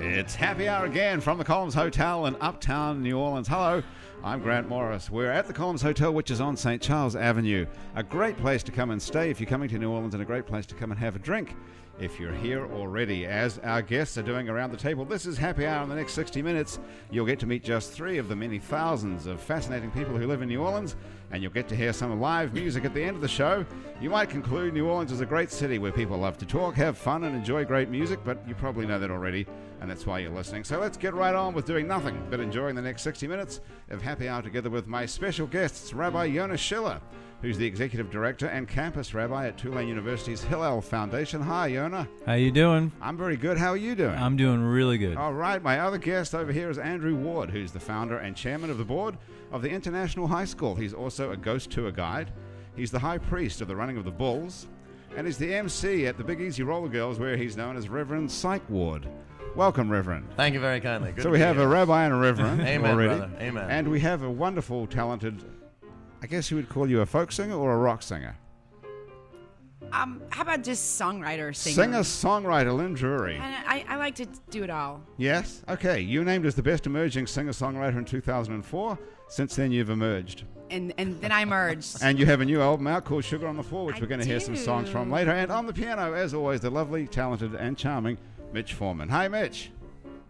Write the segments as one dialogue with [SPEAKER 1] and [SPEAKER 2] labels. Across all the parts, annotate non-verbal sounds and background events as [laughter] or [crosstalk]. [SPEAKER 1] It's happy hour again from the Collins Hotel in Uptown New Orleans. Hello, I'm Grant Morris. We're at the Collins Hotel, which is on St. Charles Avenue. A great place to come and stay if you're coming to New Orleans, and a great place to come and have a drink if you're here already. As our guests are doing around the table, this is happy hour. In the next 60 minutes, you'll get to meet just three of the many thousands of fascinating people who live in New Orleans, and you'll get to hear some live music at the end of the show. You might conclude New Orleans is a great city where people love to talk, have fun, and enjoy great music, but you probably know that already, and that's why you're listening. So let's get right on with doing nothing but enjoying the next 60 minutes of happy hour together with my special guests, Rabbi Jonas Schiller who's the executive director and campus rabbi at Tulane University's Hillel Foundation. Hi, Yona.
[SPEAKER 2] How you doing?
[SPEAKER 1] I'm very good. How are you doing?
[SPEAKER 2] I'm doing really good.
[SPEAKER 1] All right. My other guest over here is Andrew Ward, who's the founder and chairman of the board of the International High School. He's also a ghost tour guide. He's the high priest of the running of the bulls, and he's the MC at the Big Easy Roller Girls, where he's known as Reverend Psych Ward. Welcome, Reverend.
[SPEAKER 3] Thank you very kindly. Good
[SPEAKER 1] so we have
[SPEAKER 3] here.
[SPEAKER 1] a rabbi and a reverend
[SPEAKER 3] [laughs] Amen,
[SPEAKER 1] already,
[SPEAKER 3] brother. Amen.
[SPEAKER 1] and we have a wonderful, talented. I guess you would call you a folk singer or a rock singer.
[SPEAKER 4] Um, how about just songwriter, singer?
[SPEAKER 1] Singer songwriter Lynn Drury.
[SPEAKER 4] And I, I like to do it all.
[SPEAKER 1] Yes? Okay. You were named as the best emerging singer songwriter in 2004. Since then, you've emerged.
[SPEAKER 4] And and then I
[SPEAKER 1] [laughs]
[SPEAKER 4] merged.
[SPEAKER 1] And you have a new album out called Sugar on the Floor, which
[SPEAKER 4] I
[SPEAKER 1] we're going to hear some songs from
[SPEAKER 4] do.
[SPEAKER 1] later. And on the piano, as always, the lovely, talented, and charming Mitch Foreman. Hi, Mitch.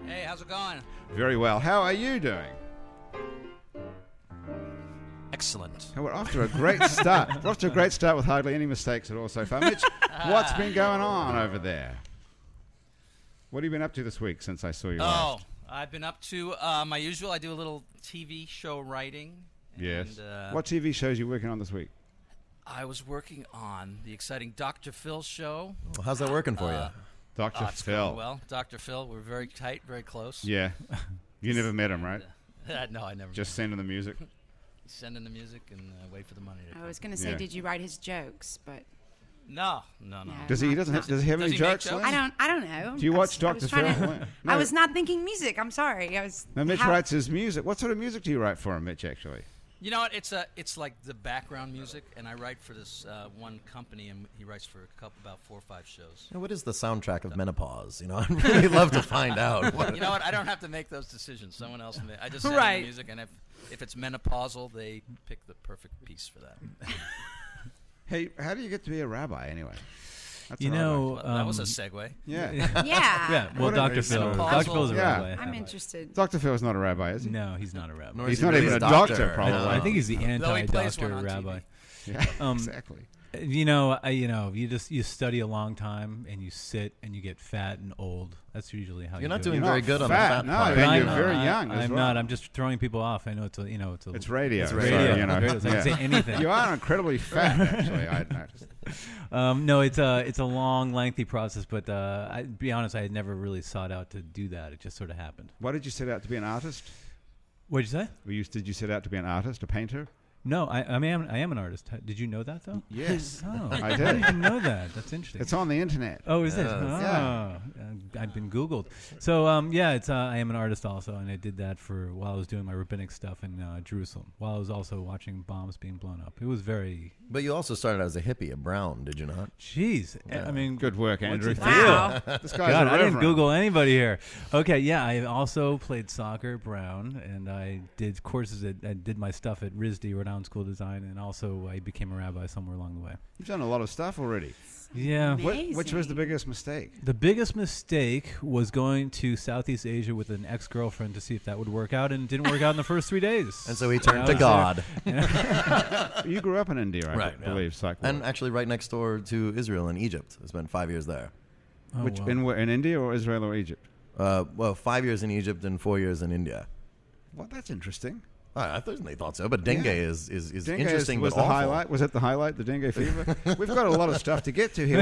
[SPEAKER 5] Hey, how's it going?
[SPEAKER 1] Very well. How are you doing?
[SPEAKER 5] Excellent.
[SPEAKER 1] Oh, We're off to a
[SPEAKER 5] [laughs]
[SPEAKER 1] great start. We're off to a great start with hardly any mistakes at all so far. Mitch, what's been going on over there? What have you been up to this week since I saw you
[SPEAKER 5] Oh,
[SPEAKER 1] last?
[SPEAKER 5] I've been up to uh, my usual. I do a little TV show writing. And,
[SPEAKER 1] Yes.
[SPEAKER 5] Uh,
[SPEAKER 1] what TV shows are you working on this week?
[SPEAKER 5] I was working on the exciting Dr. Phil show.
[SPEAKER 3] Well, how's that working for you?
[SPEAKER 1] Dr.
[SPEAKER 5] Uh, it's going
[SPEAKER 1] Oh, Phil.
[SPEAKER 5] Well, Dr. Phil, we're very tight, very close. [laughs] Uh,
[SPEAKER 1] Yeah. [laughs] You never met him, right?
[SPEAKER 5] no, I never.
[SPEAKER 1] Just sending the [laughs] music.
[SPEAKER 5] send in the music and uh, wait for the money to
[SPEAKER 4] I
[SPEAKER 5] come.
[SPEAKER 4] was gonna say,
[SPEAKER 1] Yeah.
[SPEAKER 4] did you write his jokes? But
[SPEAKER 5] No, no, no.
[SPEAKER 4] Yeah.
[SPEAKER 1] Does he? He doesn't. Have, does he have
[SPEAKER 5] Does
[SPEAKER 1] any
[SPEAKER 5] he make
[SPEAKER 1] jokes?
[SPEAKER 5] jokes?
[SPEAKER 1] Lynn?
[SPEAKER 4] I don't. I don't know.
[SPEAKER 1] Do you
[SPEAKER 4] I
[SPEAKER 1] watch
[SPEAKER 4] was- I
[SPEAKER 1] Dr.
[SPEAKER 4] was trying
[SPEAKER 1] Phil?
[SPEAKER 4] to-
[SPEAKER 1] No.
[SPEAKER 4] I was not thinking music. I'm sorry. I was.
[SPEAKER 1] No, Mitch
[SPEAKER 4] how-
[SPEAKER 1] writes his music. What sort of music do you write for him, Mitch? Actually,
[SPEAKER 5] You know what? It's a, it's like the background music, and I write for this uh, one company, and he writes for a couple, about four or five shows.
[SPEAKER 3] And What is the soundtrack of menopause? You know, [laughs] I'd really love to find out. What- [laughs]
[SPEAKER 5] you know what? I don't have to make those decisions. Someone else may. I just send them
[SPEAKER 4] Right.
[SPEAKER 5] the music, and if, if it's menopausal, they pick the perfect piece for that.
[SPEAKER 1] hey, how do you get to be a rabbi anyway? That's
[SPEAKER 2] You
[SPEAKER 1] what I
[SPEAKER 2] know,
[SPEAKER 5] Well, that was a
[SPEAKER 2] um,
[SPEAKER 5] segue.
[SPEAKER 3] [laughs]
[SPEAKER 1] Yeah.
[SPEAKER 4] [laughs]
[SPEAKER 5] Ah,
[SPEAKER 4] Yeah.
[SPEAKER 2] yeah. Well,
[SPEAKER 1] What a
[SPEAKER 2] Dr.
[SPEAKER 1] nice
[SPEAKER 2] Phil.
[SPEAKER 1] man.
[SPEAKER 2] Dr. Phil's a
[SPEAKER 1] Yeah.
[SPEAKER 2] rabbi.
[SPEAKER 4] I'm
[SPEAKER 2] Rabbi.
[SPEAKER 4] interested.
[SPEAKER 1] Dr. Phil's not a rabbi, is he?
[SPEAKER 2] [laughs] No, he's not a rabbi.
[SPEAKER 3] Nor
[SPEAKER 1] He's
[SPEAKER 3] is he
[SPEAKER 1] not
[SPEAKER 3] really
[SPEAKER 1] even
[SPEAKER 3] a
[SPEAKER 1] a doctor,
[SPEAKER 2] I,
[SPEAKER 1] probably.
[SPEAKER 3] No.
[SPEAKER 2] I think he's the
[SPEAKER 5] Though he plays
[SPEAKER 2] anti-doctor
[SPEAKER 5] one on
[SPEAKER 2] rabbi.
[SPEAKER 5] TV.
[SPEAKER 1] [laughs] Yeah,
[SPEAKER 2] Um,
[SPEAKER 1] exactly.
[SPEAKER 2] You know, I, you know, you just you study a long time and you sit and you get fat and old. That's usually how
[SPEAKER 3] You're
[SPEAKER 2] you
[SPEAKER 3] not
[SPEAKER 2] do it.
[SPEAKER 3] doing
[SPEAKER 1] You're
[SPEAKER 3] very
[SPEAKER 1] not
[SPEAKER 3] good on
[SPEAKER 1] fat,
[SPEAKER 3] the
[SPEAKER 1] no,
[SPEAKER 3] fat
[SPEAKER 1] you're
[SPEAKER 3] part.
[SPEAKER 2] I
[SPEAKER 1] you're
[SPEAKER 2] know,
[SPEAKER 1] very
[SPEAKER 2] I-
[SPEAKER 1] young as
[SPEAKER 2] I'm
[SPEAKER 1] well.
[SPEAKER 2] not. I'm just throwing people off. I know it's a you know it's a
[SPEAKER 1] It's radio.
[SPEAKER 3] It's
[SPEAKER 1] so,
[SPEAKER 3] radio.
[SPEAKER 1] you
[SPEAKER 2] [laughs]
[SPEAKER 1] know,
[SPEAKER 2] radio, so I can say
[SPEAKER 1] yeah. [laughs]
[SPEAKER 2] anything.
[SPEAKER 1] You are incredibly fat, actually. I noticed.
[SPEAKER 2] Um, no, it's a it's a long, lengthy process. But uh, I be honest, I had never really sought out to do that. It just sort of happened.
[SPEAKER 1] Why did you set out to be an artist?
[SPEAKER 2] What'd you say?
[SPEAKER 1] Were you, did you set out to be an artist, a painter?
[SPEAKER 2] No, I, I mean I'm- I am an artist. H- Did you know that
[SPEAKER 1] [laughs]
[SPEAKER 2] though?
[SPEAKER 1] Yes.
[SPEAKER 2] Oh,
[SPEAKER 1] I
[SPEAKER 2] I
[SPEAKER 1] did.
[SPEAKER 2] didn't even know that. That's interesting.
[SPEAKER 1] It's on the internet.
[SPEAKER 2] oh, is it?
[SPEAKER 3] Yes.
[SPEAKER 2] Oh,
[SPEAKER 1] Yeah.
[SPEAKER 2] Uh, I've been Googled. So um, yeah, it's uh, I am an artist also, and I did that for while I was doing my rabbinic stuff in uh, Jerusalem, while I was also watching bombs being blown up. It was very,
[SPEAKER 3] But you also started out as a hippie, a brown, did you not?
[SPEAKER 2] jeez. I- I mean,
[SPEAKER 1] Good work,
[SPEAKER 2] What's
[SPEAKER 1] Andrew.
[SPEAKER 2] it
[SPEAKER 4] Wow.
[SPEAKER 1] This guy's
[SPEAKER 2] God,
[SPEAKER 1] a
[SPEAKER 2] I didn't
[SPEAKER 1] reverend.
[SPEAKER 2] Google anybody here. Okay, yeah, I also played soccer at Brown, and I did courses at, I did my stuff at RISD, Rhode Island School of Design, and also I became a rabbi somewhere along the way.
[SPEAKER 1] You've done a lot of stuff already.
[SPEAKER 2] Yeah.
[SPEAKER 1] Wh- which was the
[SPEAKER 4] Amazing.
[SPEAKER 1] biggest mistake?
[SPEAKER 2] The biggest mistake was going to Southeast Asia with an ex girlfriend to see if that would work out, and it didn't work out in the first three days.
[SPEAKER 3] And so he
[SPEAKER 2] I
[SPEAKER 3] turned to
[SPEAKER 2] was there.
[SPEAKER 3] God.
[SPEAKER 1] You grew up in India, I
[SPEAKER 3] Right,
[SPEAKER 1] b-
[SPEAKER 3] yeah.
[SPEAKER 1] believe, psych
[SPEAKER 3] And actually, right next door to Israel and Egypt. I spent five years there.
[SPEAKER 2] Oh,
[SPEAKER 1] Which
[SPEAKER 2] wow.
[SPEAKER 1] in, where- in India or Israel or Egypt?
[SPEAKER 3] Uh, well, five years in Egypt and four years in India. Ah,
[SPEAKER 1] Well, that's interesting.
[SPEAKER 3] I I certainly thought so, but dengue
[SPEAKER 1] Yeah.
[SPEAKER 3] is, is, is
[SPEAKER 1] Dengue
[SPEAKER 3] interesting
[SPEAKER 1] was
[SPEAKER 3] but
[SPEAKER 1] the
[SPEAKER 3] awful.
[SPEAKER 1] highlight. Was that the highlight? The dengue
[SPEAKER 3] [laughs]
[SPEAKER 1] fever. We've got a lot of stuff to get to here.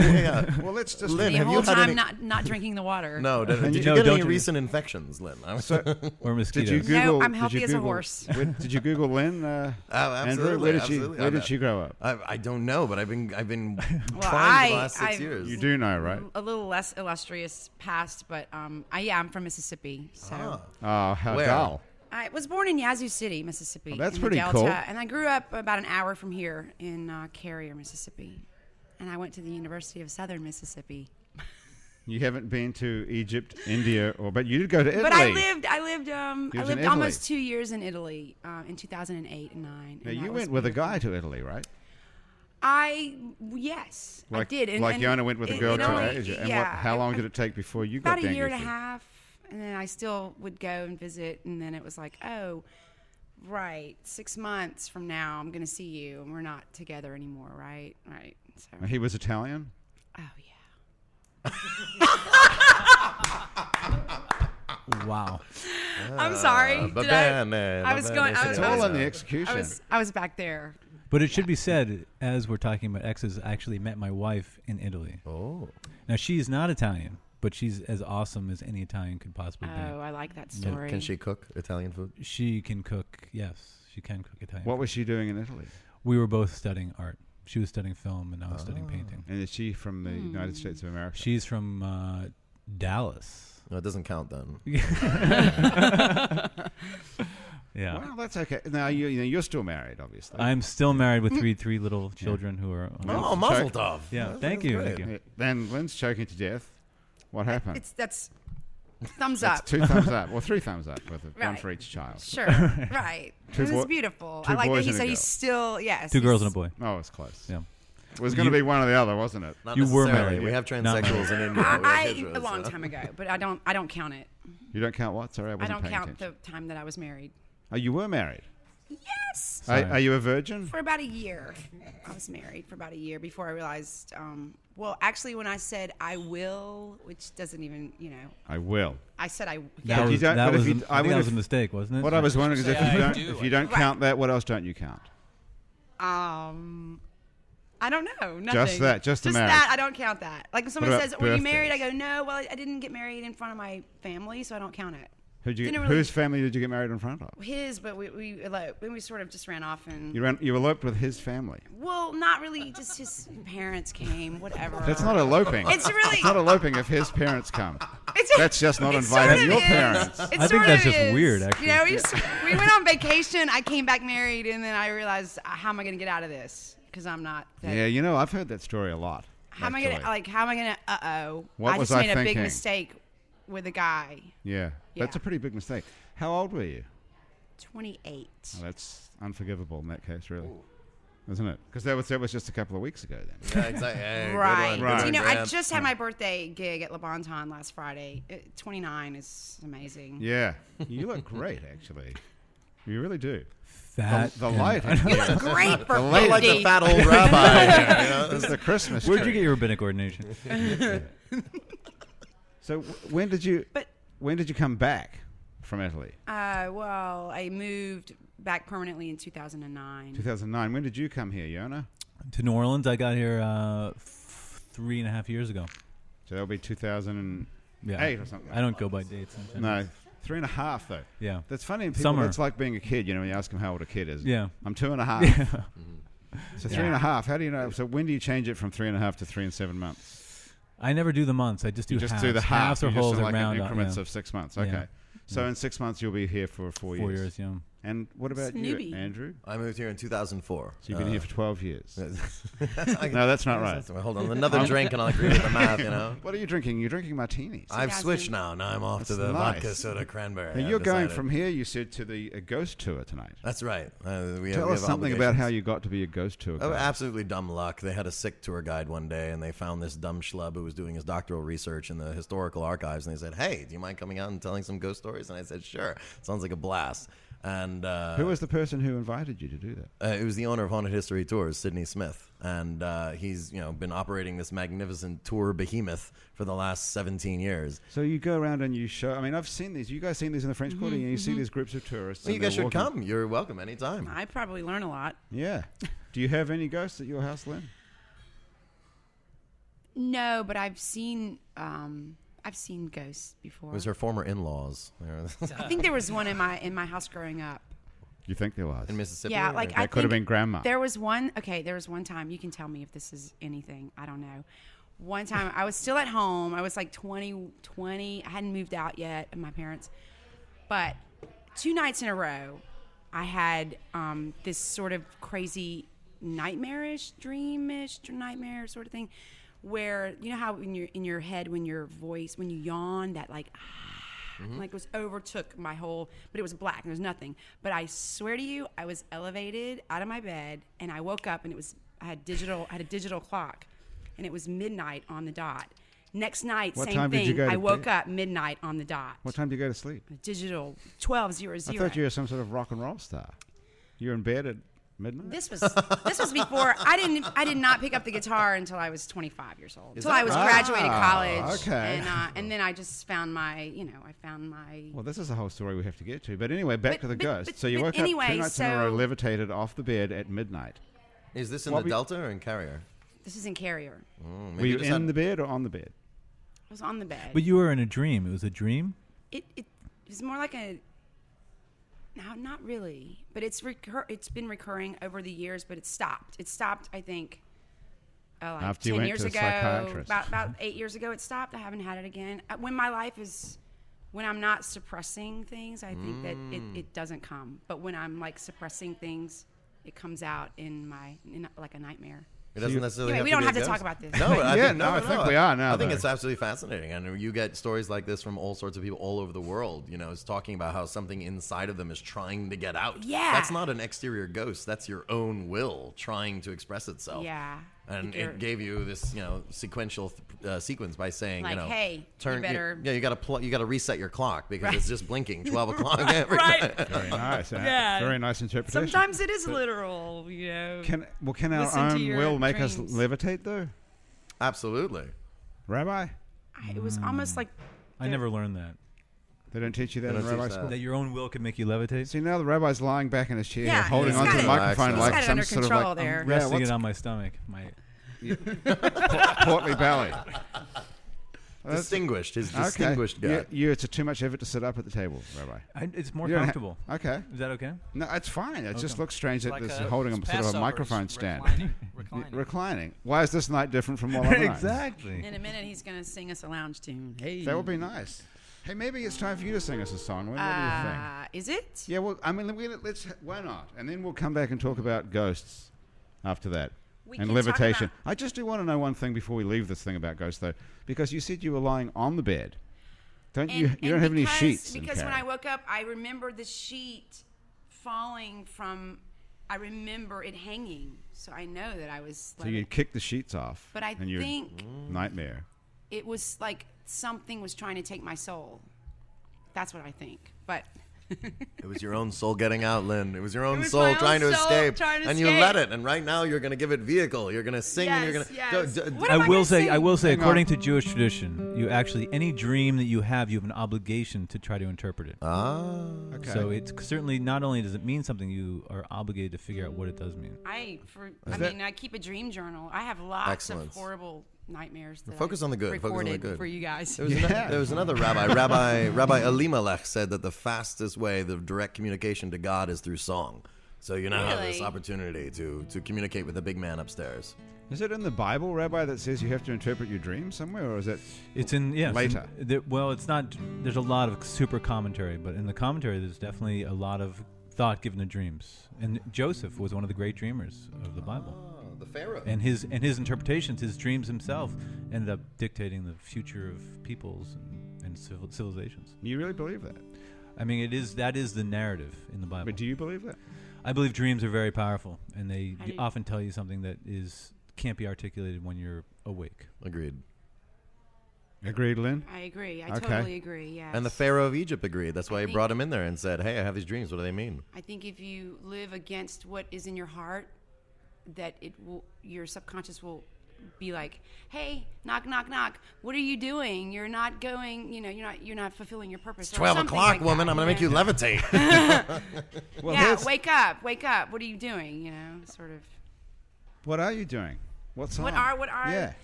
[SPEAKER 1] Well, let's just.
[SPEAKER 3] Lynn, [laughs]
[SPEAKER 4] The
[SPEAKER 3] have you
[SPEAKER 4] whole
[SPEAKER 3] had
[SPEAKER 4] time
[SPEAKER 3] any-
[SPEAKER 4] not not drinking the water.
[SPEAKER 3] No, did, did
[SPEAKER 2] you-
[SPEAKER 3] you
[SPEAKER 2] No,
[SPEAKER 3] get
[SPEAKER 2] don't
[SPEAKER 3] any
[SPEAKER 2] do that.
[SPEAKER 3] recent infections, Lynn? I was-
[SPEAKER 1] So,
[SPEAKER 2] or
[SPEAKER 1] did
[SPEAKER 2] mosquitoes.
[SPEAKER 1] you Google?
[SPEAKER 4] I'm
[SPEAKER 1] did you
[SPEAKER 4] healthy as a
[SPEAKER 1] Google-
[SPEAKER 4] horse.
[SPEAKER 1] [laughs] where- did you Google Lynn? Uh,
[SPEAKER 3] Oh,
[SPEAKER 1] Andrew,
[SPEAKER 3] absolutely,
[SPEAKER 1] where did she?
[SPEAKER 3] absolutely.
[SPEAKER 1] Where
[SPEAKER 3] I'm
[SPEAKER 1] did
[SPEAKER 3] a-
[SPEAKER 1] she grow up?
[SPEAKER 3] I, I don't know, but I've been I've
[SPEAKER 1] [laughs]
[SPEAKER 3] been trying
[SPEAKER 4] I-
[SPEAKER 3] for the last 6
[SPEAKER 4] I've-
[SPEAKER 3] years.
[SPEAKER 1] You do know, right?
[SPEAKER 4] A little less illustrious past, but um, I, yeah, I'm from Mississippi, so
[SPEAKER 3] Ah.
[SPEAKER 1] Oh, how
[SPEAKER 3] Where?
[SPEAKER 1] dull.
[SPEAKER 4] I was born in Yazoo City, Mississippi.
[SPEAKER 1] Well, Oh, that's
[SPEAKER 4] in the
[SPEAKER 1] pretty
[SPEAKER 4] Delta,
[SPEAKER 1] cool.
[SPEAKER 4] And I grew up about an hour from here in uh, Carrier, Mississippi, and I went to the University of Southern Mississippi.
[SPEAKER 1] You haven't been to Egypt, India, or but you did go to Italy.
[SPEAKER 4] But I lived, I lived, um,
[SPEAKER 1] He
[SPEAKER 4] I
[SPEAKER 1] was in Italy.
[SPEAKER 4] lived almost two years in Italy uh, in 2008 and nine.
[SPEAKER 1] Now
[SPEAKER 4] and
[SPEAKER 1] you
[SPEAKER 4] that
[SPEAKER 1] went
[SPEAKER 4] was
[SPEAKER 1] with a guy to Italy, right?
[SPEAKER 4] I yes,
[SPEAKER 1] Like,
[SPEAKER 4] I did. And,
[SPEAKER 1] like
[SPEAKER 4] and
[SPEAKER 1] Yona went with a
[SPEAKER 4] it-
[SPEAKER 1] girl
[SPEAKER 4] it
[SPEAKER 1] to
[SPEAKER 4] only-
[SPEAKER 1] Asia. And what,
[SPEAKER 4] yeah,
[SPEAKER 1] how
[SPEAKER 4] it-
[SPEAKER 1] long did it take before you
[SPEAKER 4] About
[SPEAKER 1] got
[SPEAKER 4] a
[SPEAKER 1] down
[SPEAKER 4] year
[SPEAKER 1] here
[SPEAKER 4] and a
[SPEAKER 1] for-
[SPEAKER 4] half, and then I still would go and visit, and then it was like, oh, right, six months from now I'm gonna see you, and we're not together anymore, right? Right. So, oh
[SPEAKER 1] He was Italian.
[SPEAKER 4] yeah.
[SPEAKER 2] Wow.
[SPEAKER 4] I'm sorry.
[SPEAKER 3] Uh,
[SPEAKER 4] Did I-
[SPEAKER 3] Babane,
[SPEAKER 4] I was
[SPEAKER 3] Babane, Babane.
[SPEAKER 4] going- I was-
[SPEAKER 1] Ah, It's all in the execution.
[SPEAKER 4] I was I was back there.
[SPEAKER 2] But it should be said, as we're talking about exes, I actually met my wife in Italy.
[SPEAKER 3] Oh,
[SPEAKER 2] Now she's not Italian, but she's as awesome as any Italian could possibly
[SPEAKER 1] Mm-hmm.
[SPEAKER 4] Oh, I like that
[SPEAKER 3] Can-
[SPEAKER 4] story.
[SPEAKER 3] can she cook Italian food?
[SPEAKER 2] be. She can cook. Yes, she can cook Italian.
[SPEAKER 1] what was she Oh. doing in Italy?
[SPEAKER 2] we were both studying art. She was studying film, and I was studying painting.
[SPEAKER 1] And is she from the
[SPEAKER 4] Hmm.
[SPEAKER 1] United States of America?
[SPEAKER 2] She's from uh, Dallas.
[SPEAKER 3] No, it doesn't count then.
[SPEAKER 2] [laughs] Yeah.
[SPEAKER 1] Well, that's okay. Now you, you know, you're still married, obviously.
[SPEAKER 2] I'm still married
[SPEAKER 1] Hmm.
[SPEAKER 2] with three three little children who are. um,
[SPEAKER 1] Well,
[SPEAKER 3] Oh,
[SPEAKER 1] sorry.
[SPEAKER 3] Mazel Tov.
[SPEAKER 2] yeah.
[SPEAKER 3] That's-
[SPEAKER 2] Thank
[SPEAKER 3] that's
[SPEAKER 2] you.
[SPEAKER 3] great.
[SPEAKER 2] Thank you.
[SPEAKER 1] Yeah. Then Lynn's choking to death. What happened?
[SPEAKER 4] It's
[SPEAKER 1] [laughs]
[SPEAKER 4] that's thumbs
[SPEAKER 1] That's
[SPEAKER 4] up.
[SPEAKER 1] two thumbs up, or three thumbs up, with a, one
[SPEAKER 4] Right.
[SPEAKER 1] for each child. [laughs]
[SPEAKER 4] Sure. right.
[SPEAKER 1] Two
[SPEAKER 4] it
[SPEAKER 1] boy-
[SPEAKER 4] was beautiful.
[SPEAKER 1] two
[SPEAKER 4] I like that
[SPEAKER 1] boys
[SPEAKER 4] he
[SPEAKER 1] and a
[SPEAKER 4] said he's
[SPEAKER 1] girl.
[SPEAKER 4] still yes.
[SPEAKER 2] Two girls
[SPEAKER 4] he's-
[SPEAKER 2] and a boy.
[SPEAKER 1] Oh, it's close.
[SPEAKER 2] Yeah.
[SPEAKER 1] It was going to
[SPEAKER 2] You-
[SPEAKER 1] be one or the other, wasn't it?
[SPEAKER 3] Not
[SPEAKER 2] You were
[SPEAKER 3] necessarily.
[SPEAKER 2] married.
[SPEAKER 3] We have
[SPEAKER 2] Not
[SPEAKER 3] transsexuals in India.
[SPEAKER 1] [laughs]
[SPEAKER 4] I,
[SPEAKER 3] We
[SPEAKER 4] I a
[SPEAKER 3] have
[SPEAKER 4] long
[SPEAKER 1] uh,
[SPEAKER 3] heteros,
[SPEAKER 4] time ago, but I don't I don't count it.
[SPEAKER 1] You don't count what? Sorry, I
[SPEAKER 4] I
[SPEAKER 1] wasn't
[SPEAKER 4] don't
[SPEAKER 1] paying
[SPEAKER 4] count
[SPEAKER 1] attention.
[SPEAKER 4] the time that I was married.
[SPEAKER 1] Oh, you were married.
[SPEAKER 4] Yes.
[SPEAKER 1] Are,
[SPEAKER 2] Sorry.
[SPEAKER 1] are you a virgin?
[SPEAKER 4] For about a year, I was married for about a year before I realized. Um, well, actually, when I said I will, which doesn't even you know,
[SPEAKER 1] I will.
[SPEAKER 4] I said I.
[SPEAKER 2] That
[SPEAKER 1] But you
[SPEAKER 2] was,
[SPEAKER 1] don't-
[SPEAKER 2] that
[SPEAKER 1] but if
[SPEAKER 2] was,
[SPEAKER 1] you-
[SPEAKER 2] an-
[SPEAKER 1] I
[SPEAKER 2] I think
[SPEAKER 1] would
[SPEAKER 2] that was a
[SPEAKER 1] have-
[SPEAKER 2] mistering wasn't it?
[SPEAKER 1] What I was wondering is
[SPEAKER 5] Say
[SPEAKER 1] if you
[SPEAKER 5] I
[SPEAKER 1] don't,
[SPEAKER 5] do,
[SPEAKER 1] if
[SPEAKER 5] I
[SPEAKER 1] you don't count that, what else don't you count?
[SPEAKER 4] Um, I don't know. Nothing.
[SPEAKER 1] that, just the
[SPEAKER 4] just
[SPEAKER 1] marriage.
[SPEAKER 4] that. I don't count that. Like when someone
[SPEAKER 1] about
[SPEAKER 4] says, "Were you married?" I
[SPEAKER 1] birthdays?
[SPEAKER 4] go, "No." Well, I didn't get married in front of my family, so I don't count it.
[SPEAKER 1] Who'd you,
[SPEAKER 4] Didn't really-
[SPEAKER 1] Whose family did you get married in front of?
[SPEAKER 4] His, but we we eloped. We sort of just ran off and.
[SPEAKER 1] You, ran, you eloped with his family.
[SPEAKER 4] well, not really. Just his parents came. Whatever.
[SPEAKER 1] That's not eloping.
[SPEAKER 4] It's really-
[SPEAKER 1] It's not eloping if his parents come.
[SPEAKER 4] It's,
[SPEAKER 1] That's just not
[SPEAKER 4] it
[SPEAKER 1] inviting
[SPEAKER 4] sort of
[SPEAKER 1] your
[SPEAKER 4] is.
[SPEAKER 1] parents.
[SPEAKER 4] It
[SPEAKER 2] I think
[SPEAKER 4] sort
[SPEAKER 2] that's
[SPEAKER 4] of
[SPEAKER 2] just
[SPEAKER 4] is.
[SPEAKER 2] weird, actually.
[SPEAKER 4] You know, we, just, we went on vacation. I came back married, and then I realized uh, how am I going to get out of this? Because I'm not. That,
[SPEAKER 1] Yeah, you know, I've heard that story a lot.
[SPEAKER 4] How am I going to
[SPEAKER 1] actually.
[SPEAKER 4] like? How am I going to? Uh oh.
[SPEAKER 1] What
[SPEAKER 4] I
[SPEAKER 1] was
[SPEAKER 4] just
[SPEAKER 1] I
[SPEAKER 4] made a big
[SPEAKER 1] thinking?
[SPEAKER 4] mistake with a guy.
[SPEAKER 1] Yeah, that's
[SPEAKER 4] Yeah.
[SPEAKER 1] a pretty big mistake. How old were you?
[SPEAKER 4] 28.
[SPEAKER 1] Well, that's unforgivable in that case, really, isn't it? Because that was that was just a couple of weeks ago. Then
[SPEAKER 3] Yeah, exactly. Hey, good
[SPEAKER 4] Right.
[SPEAKER 3] one,
[SPEAKER 1] Right.
[SPEAKER 3] good one,
[SPEAKER 4] You know, I
[SPEAKER 3] Grant.
[SPEAKER 4] just had my birthday gig at Le Bon Ton last Friday. Uh, 29 is amazing.
[SPEAKER 1] yeah, you look great, actually. You really do. The,
[SPEAKER 2] Fat.
[SPEAKER 1] the
[SPEAKER 2] and- [laughs]
[SPEAKER 1] light. is [laughs]
[SPEAKER 4] Great for
[SPEAKER 1] lady-
[SPEAKER 3] like
[SPEAKER 4] 50.
[SPEAKER 3] the fat old rabbi.
[SPEAKER 1] [laughs]
[SPEAKER 3] here, you know?
[SPEAKER 1] the Christmas.
[SPEAKER 2] Where'd you
[SPEAKER 1] tree.
[SPEAKER 2] get your rabbinic ordination?
[SPEAKER 1] So w- when did you?
[SPEAKER 4] But-
[SPEAKER 1] when did you come back from Italy?
[SPEAKER 4] uh, well, I moved back permanently in 2009.
[SPEAKER 1] 2009. When did you come here, Yona?
[SPEAKER 2] to New Orleans. I got here uh, f- three and a half years ago.
[SPEAKER 1] So that'll be 2008
[SPEAKER 2] Yeah.
[SPEAKER 1] or something.
[SPEAKER 2] I don't go by dates. sometimes.
[SPEAKER 1] No, three and a half though.
[SPEAKER 2] Yeah.
[SPEAKER 1] That's funny. In people,
[SPEAKER 2] Summer.
[SPEAKER 1] It's like being a kid. You know, when you ask them how old a kid is.
[SPEAKER 2] [laughs] Yeah.
[SPEAKER 1] I'm two and a half. Mm-hmm. So three and a half. How do you know? So when do you change it from three and a half to three and seven months?
[SPEAKER 2] I never do the months. I just do
[SPEAKER 1] You just
[SPEAKER 2] halves.
[SPEAKER 1] do the half.
[SPEAKER 2] halves or
[SPEAKER 1] you just do
[SPEAKER 2] whole
[SPEAKER 1] like in
[SPEAKER 2] round
[SPEAKER 1] increments
[SPEAKER 2] yeah.
[SPEAKER 1] of six months.
[SPEAKER 2] Yeah.
[SPEAKER 1] Okay. So in six months you'll be here for four,
[SPEAKER 2] four years. Yeah.
[SPEAKER 1] And what about
[SPEAKER 4] Snoopy.
[SPEAKER 1] you, Andrew?
[SPEAKER 3] I moved here in 2004.
[SPEAKER 1] So you've been
[SPEAKER 3] Uh, [laughs]
[SPEAKER 1] [laughs] here for twelve years.
[SPEAKER 3] I-
[SPEAKER 1] No, that's not right.
[SPEAKER 3] Hold on, another drink and I'll agree with the math, you
[SPEAKER 1] [laughs]
[SPEAKER 3] know?
[SPEAKER 1] What are you drinking? You're drinking martinis.
[SPEAKER 3] I've
[SPEAKER 4] That's
[SPEAKER 3] switched now. Now I'm off to
[SPEAKER 1] That's
[SPEAKER 3] the
[SPEAKER 1] nice.
[SPEAKER 3] vodka soda cranberry.
[SPEAKER 1] now
[SPEAKER 3] I've
[SPEAKER 1] you're going
[SPEAKER 3] decided.
[SPEAKER 1] from here, you said, to the uh, ghost tour tonight.
[SPEAKER 3] That's right. Uh, we have,
[SPEAKER 1] Tell
[SPEAKER 3] we
[SPEAKER 1] us
[SPEAKER 3] have
[SPEAKER 1] something about
[SPEAKER 3] obligations.
[SPEAKER 1] how you got to be a ghost tour.
[SPEAKER 3] Oh,
[SPEAKER 1] guide.
[SPEAKER 3] absolutely dumb luck. They had a sick tour guide one day, and they found this dumb schlub who was doing his doctoral research in the historical archives. And they said, "Hey, do you mind coming out and telling some ghost stories?" And I said, "Sure. Sounds like a blast." And uh,
[SPEAKER 1] Who was the person who invited you to do that?
[SPEAKER 3] uh, it was the owner of Haunted History Tours, Sydney Smith, and uh, he's you know been operating this magnificent tour behemoth for the last 17 years.
[SPEAKER 1] So you go around and you show. I mean, I've seen these. You guys seen these in the French Quarter, and you see these groups of tourists.
[SPEAKER 3] So you
[SPEAKER 1] and they're
[SPEAKER 3] guys should
[SPEAKER 1] walking-
[SPEAKER 3] come. You're welcome anytime.
[SPEAKER 4] I probably learn a lot.
[SPEAKER 1] Yeah. [laughs] Do you have any ghosts at your house, Lynn?
[SPEAKER 4] No, but I've seen um, I've seen ghosts before.
[SPEAKER 3] It was her former in-laws [laughs]
[SPEAKER 4] I think there was one in my in my house growing up.
[SPEAKER 1] You think there was?
[SPEAKER 3] in Mississippi.
[SPEAKER 4] Yeah,
[SPEAKER 3] or-
[SPEAKER 4] like I
[SPEAKER 1] that could have
[SPEAKER 4] think
[SPEAKER 1] been grandma.
[SPEAKER 4] There was one. Okay, there was one time. You can tell me if this is anything. I don't know. One time, I was still at home. I was like 20, 20. I hadn't moved out yet, and my parents. But two nights in a row, I had um, this sort of crazy nightmarish, dreamish dr- nightmare sort of thing, where you know how in your in your head when your voice when you yawn that like like it was overtook my whole but it was black and there was nothing but i swear to you i was elevated out of my bed and i woke up and it was i had digital i had a digital clock and it was midnight on the dot next night
[SPEAKER 1] What
[SPEAKER 4] same
[SPEAKER 1] time did
[SPEAKER 4] thing
[SPEAKER 1] you go
[SPEAKER 4] i
[SPEAKER 1] to
[SPEAKER 4] woke
[SPEAKER 1] bed?
[SPEAKER 4] up midnight on the dot
[SPEAKER 1] What time do you go to sleep?
[SPEAKER 4] digital 1200
[SPEAKER 1] I thought you were some sort of rock and roll star. You're in bed at midnight.
[SPEAKER 4] [laughs] this was this was before I didn't I did not pick up the guitar until I was 25 years old. Until
[SPEAKER 3] that
[SPEAKER 4] I was
[SPEAKER 1] right?
[SPEAKER 4] graduating
[SPEAKER 1] Ah,
[SPEAKER 4] college.
[SPEAKER 1] okay.
[SPEAKER 4] And, uh, and then I just found my you know I found my
[SPEAKER 1] well, this is a whole story we have to get to. But anyway, back
[SPEAKER 4] But-
[SPEAKER 1] to the
[SPEAKER 4] but-
[SPEAKER 1] ghost.
[SPEAKER 4] but-
[SPEAKER 1] so you
[SPEAKER 4] but
[SPEAKER 1] woke up
[SPEAKER 4] anyway,
[SPEAKER 1] two nights in a row,
[SPEAKER 4] so-
[SPEAKER 1] levitated off the bed at midnight.
[SPEAKER 3] Is this in
[SPEAKER 1] What
[SPEAKER 3] the
[SPEAKER 1] we-
[SPEAKER 3] Delta or in Carrier?
[SPEAKER 4] this is in Carrier.
[SPEAKER 3] Hmm,
[SPEAKER 1] Were
[SPEAKER 3] maybe
[SPEAKER 1] you
[SPEAKER 3] just
[SPEAKER 1] in
[SPEAKER 3] had-
[SPEAKER 1] the bed or on the bed?
[SPEAKER 4] I was on the bed.
[SPEAKER 2] But you were in a dream. It was a dream.
[SPEAKER 4] it, it was more like a no, not really. But it's recur- it's been recurring over the years, but it stopped. It stopped, I think, uh, like
[SPEAKER 1] After you
[SPEAKER 4] ten
[SPEAKER 1] went
[SPEAKER 4] years
[SPEAKER 1] to a
[SPEAKER 4] ago.
[SPEAKER 1] psychiatrist.
[SPEAKER 4] About about eight years ago, it stopped. I haven't had it again. Uh, When my life is, when I'm not suppressing things, I think that
[SPEAKER 1] Mm.
[SPEAKER 4] it, it doesn't come. But when I'm like suppressing things, it comes out in my in like a nightmare.
[SPEAKER 3] It doesn't necessarily.
[SPEAKER 4] Anyway,
[SPEAKER 3] have
[SPEAKER 4] we
[SPEAKER 3] to
[SPEAKER 4] don't
[SPEAKER 3] be
[SPEAKER 4] have
[SPEAKER 3] a
[SPEAKER 4] to talk
[SPEAKER 3] ghost.
[SPEAKER 4] about this.
[SPEAKER 3] No,
[SPEAKER 1] [laughs]
[SPEAKER 3] I
[SPEAKER 1] Yeah,
[SPEAKER 3] think,
[SPEAKER 1] no,
[SPEAKER 3] no,
[SPEAKER 1] I
[SPEAKER 3] no,
[SPEAKER 1] think
[SPEAKER 3] no.
[SPEAKER 1] we are now,
[SPEAKER 3] I think
[SPEAKER 1] though.
[SPEAKER 3] it's absolutely fascinating, and you get stories like this from all sorts of people all over the world. You know, it's talking about how something inside of them is trying to get out.
[SPEAKER 4] Yeah.
[SPEAKER 3] that's not an exterior ghost. That's your own will trying to express itself.
[SPEAKER 4] Yeah.
[SPEAKER 3] And
[SPEAKER 4] You're-
[SPEAKER 3] it gave you this, you know, sequential th- uh, sequence by saying,
[SPEAKER 4] Like,
[SPEAKER 3] you know,
[SPEAKER 4] hey, you
[SPEAKER 3] turn,
[SPEAKER 4] better-
[SPEAKER 3] yeah, you got to pl- you got to reset your clock because it's just blinking
[SPEAKER 4] [laughs]
[SPEAKER 3] twelve o'clock every night. [laughs]
[SPEAKER 1] Very nice. uh,
[SPEAKER 4] Yeah.
[SPEAKER 1] Very nice interpretation.
[SPEAKER 4] Sometimes it is literal, you know.
[SPEAKER 1] Can well can our
[SPEAKER 4] Listen to
[SPEAKER 1] own
[SPEAKER 4] your
[SPEAKER 1] will make us
[SPEAKER 4] dreams.
[SPEAKER 1] levitate though,
[SPEAKER 3] Absolutely.
[SPEAKER 1] Rabbi?
[SPEAKER 4] I- it was almost like
[SPEAKER 2] I never learned that.
[SPEAKER 1] They don't teach you that
[SPEAKER 3] They
[SPEAKER 1] in
[SPEAKER 3] don't teach
[SPEAKER 1] rabbi
[SPEAKER 3] that.
[SPEAKER 1] school.
[SPEAKER 2] That your own will can make you levitate.
[SPEAKER 1] See now the rabbi's lying back in his chair,
[SPEAKER 4] Yeah,
[SPEAKER 1] holding
[SPEAKER 4] he's
[SPEAKER 1] on to
[SPEAKER 4] got
[SPEAKER 1] the
[SPEAKER 4] it-
[SPEAKER 1] microphone
[SPEAKER 3] He's
[SPEAKER 1] like
[SPEAKER 4] got it
[SPEAKER 1] some
[SPEAKER 4] under
[SPEAKER 1] sort of
[SPEAKER 4] control
[SPEAKER 1] like
[SPEAKER 4] there.
[SPEAKER 1] Yeah,
[SPEAKER 2] Resting
[SPEAKER 1] what's-
[SPEAKER 2] it on my stomach. My
[SPEAKER 1] portly
[SPEAKER 3] [laughs]
[SPEAKER 1] belly.
[SPEAKER 3] Distinguished. His
[SPEAKER 1] Okay.
[SPEAKER 3] distinguished guy.
[SPEAKER 1] You, you, it's a too much effort to sit up at the table, Rabbi.
[SPEAKER 2] I, it's more
[SPEAKER 1] You don't ha-
[SPEAKER 2] comfortable.
[SPEAKER 1] okay.
[SPEAKER 2] Is
[SPEAKER 1] [laughs]
[SPEAKER 2] that okay?
[SPEAKER 1] No, it's fine. It just
[SPEAKER 2] Okay.
[SPEAKER 1] looks strange that
[SPEAKER 5] Like
[SPEAKER 1] this
[SPEAKER 5] a-
[SPEAKER 1] is holding
[SPEAKER 5] it's
[SPEAKER 1] a sort of a
[SPEAKER 5] Passover,
[SPEAKER 1] microphone
[SPEAKER 5] it's
[SPEAKER 1] stand. [laughs]
[SPEAKER 5] Reclining. reclining.
[SPEAKER 1] Reclining. Why is this night different
[SPEAKER 3] [laughs]
[SPEAKER 1] from all other nights?
[SPEAKER 2] exactly.
[SPEAKER 4] In a minute, he's going to sing us a lounge tune. Hey.
[SPEAKER 1] That would be nice. Hey, maybe it's time for you to sing us a song. What, what do you think?
[SPEAKER 4] Uh, is it?
[SPEAKER 1] Yeah, well, I mean, we let's why not? And then we'll come back and talk about ghosts after that
[SPEAKER 4] We
[SPEAKER 1] and
[SPEAKER 4] can talk
[SPEAKER 1] levitation.
[SPEAKER 4] about-
[SPEAKER 1] I just do want to know one thing before we leave this thing about ghosts, though, because you said you were lying on the bed. Don't you? You don't have any
[SPEAKER 4] because-
[SPEAKER 1] sheets. in
[SPEAKER 4] Because when
[SPEAKER 1] Canada.
[SPEAKER 4] I woke up, I remembered the sheet falling from. I remember it hanging, so I know that I was.
[SPEAKER 1] so you
[SPEAKER 4] like-
[SPEAKER 1] kick the sheets off.
[SPEAKER 4] but I
[SPEAKER 1] and you're-
[SPEAKER 4] think
[SPEAKER 1] nightmare.
[SPEAKER 4] it was like something was trying to take my soul. That's what I think. But
[SPEAKER 3] It was your own soul getting out, Lynn. It was your own
[SPEAKER 4] was
[SPEAKER 3] soul
[SPEAKER 4] my own
[SPEAKER 3] trying to
[SPEAKER 4] soul
[SPEAKER 3] escape,
[SPEAKER 4] trying to
[SPEAKER 3] and you
[SPEAKER 4] escape.
[SPEAKER 3] let it. And right now, you're going to give it vehicle. You're going to sing, and you're
[SPEAKER 4] Yes,
[SPEAKER 3] going to.
[SPEAKER 4] yes. What
[SPEAKER 2] I
[SPEAKER 4] am I
[SPEAKER 2] will
[SPEAKER 4] gonna
[SPEAKER 2] say, I
[SPEAKER 4] sing?
[SPEAKER 2] will say,
[SPEAKER 1] Hang on.
[SPEAKER 2] according to Jewish tradition, you actually any dream that you have, you have an obligation to try to interpret it.
[SPEAKER 3] Ah.
[SPEAKER 1] Okay.
[SPEAKER 2] So it's certainly not only does it mean something, you are obligated to figure out what it does mean.
[SPEAKER 4] I, for, I
[SPEAKER 1] that-
[SPEAKER 4] mean, I keep a dream journal. I have lots
[SPEAKER 3] Excellent.
[SPEAKER 4] of horrible nightmares. That
[SPEAKER 3] Focus
[SPEAKER 4] I
[SPEAKER 3] on the good, focus on the
[SPEAKER 4] recorded
[SPEAKER 3] good.
[SPEAKER 4] for you guys.
[SPEAKER 3] there was, ano- there was another rabbi, Rabbi Rabbi Elimelech, said that the fastest way, the direct communication to God, is through song. So you now have this
[SPEAKER 4] Really?
[SPEAKER 3] opportunity to to communicate with the big man upstairs.
[SPEAKER 1] Is it in the Bible, Rabbi, that says you have to interpret your dreams somewhere, or is it?
[SPEAKER 2] It's in yeah. it's in-
[SPEAKER 1] Later.
[SPEAKER 2] there- well, it's not. There's a lot of super commentary, but in the commentary, there's definitely a lot of thought given to dreams. And Joseph was one of the great dreamers of the Bible,
[SPEAKER 3] Oh, the Pharaoh.
[SPEAKER 2] and his and his interpretations, his dreams himself, ended up dictating the future of peoples and, and civil, civilizations.
[SPEAKER 1] You really believe that?
[SPEAKER 2] I mean, it is that is the narrative in the Bible.
[SPEAKER 1] But do you believe that?
[SPEAKER 2] I believe dreams are very powerful, and they
[SPEAKER 4] I do.
[SPEAKER 2] often tell you something that is can't be articulated when you're
[SPEAKER 4] [laughs]
[SPEAKER 2] awake.
[SPEAKER 3] Agreed.
[SPEAKER 1] Agreed, Lynn.
[SPEAKER 4] I agree. I
[SPEAKER 1] Okay.
[SPEAKER 4] totally agree. Yeah.
[SPEAKER 3] And the Pharaoh of Egypt agreed. That's why
[SPEAKER 4] I
[SPEAKER 3] he
[SPEAKER 4] think-
[SPEAKER 3] brought him in there and said, "Hey, I have these dreams. What do they mean?"
[SPEAKER 4] I think if you live against what is in your heart, that it will your subconscious will be like, "Hey, knock, knock, knock. What are you doing? You're not going. You know, you're not. You're not fulfilling your purpose." or
[SPEAKER 3] Twelve
[SPEAKER 4] something
[SPEAKER 3] o'clock,
[SPEAKER 4] like
[SPEAKER 3] woman.
[SPEAKER 4] that,
[SPEAKER 3] I'm going to make you
[SPEAKER 4] know?
[SPEAKER 3] levitate.
[SPEAKER 4] [laughs]
[SPEAKER 1] Well,
[SPEAKER 4] yeah,
[SPEAKER 1] here's-
[SPEAKER 4] wake up, wake up. What are you doing? You know, sort of.
[SPEAKER 1] what are you doing? What song?
[SPEAKER 4] What are what are?
[SPEAKER 1] Yeah.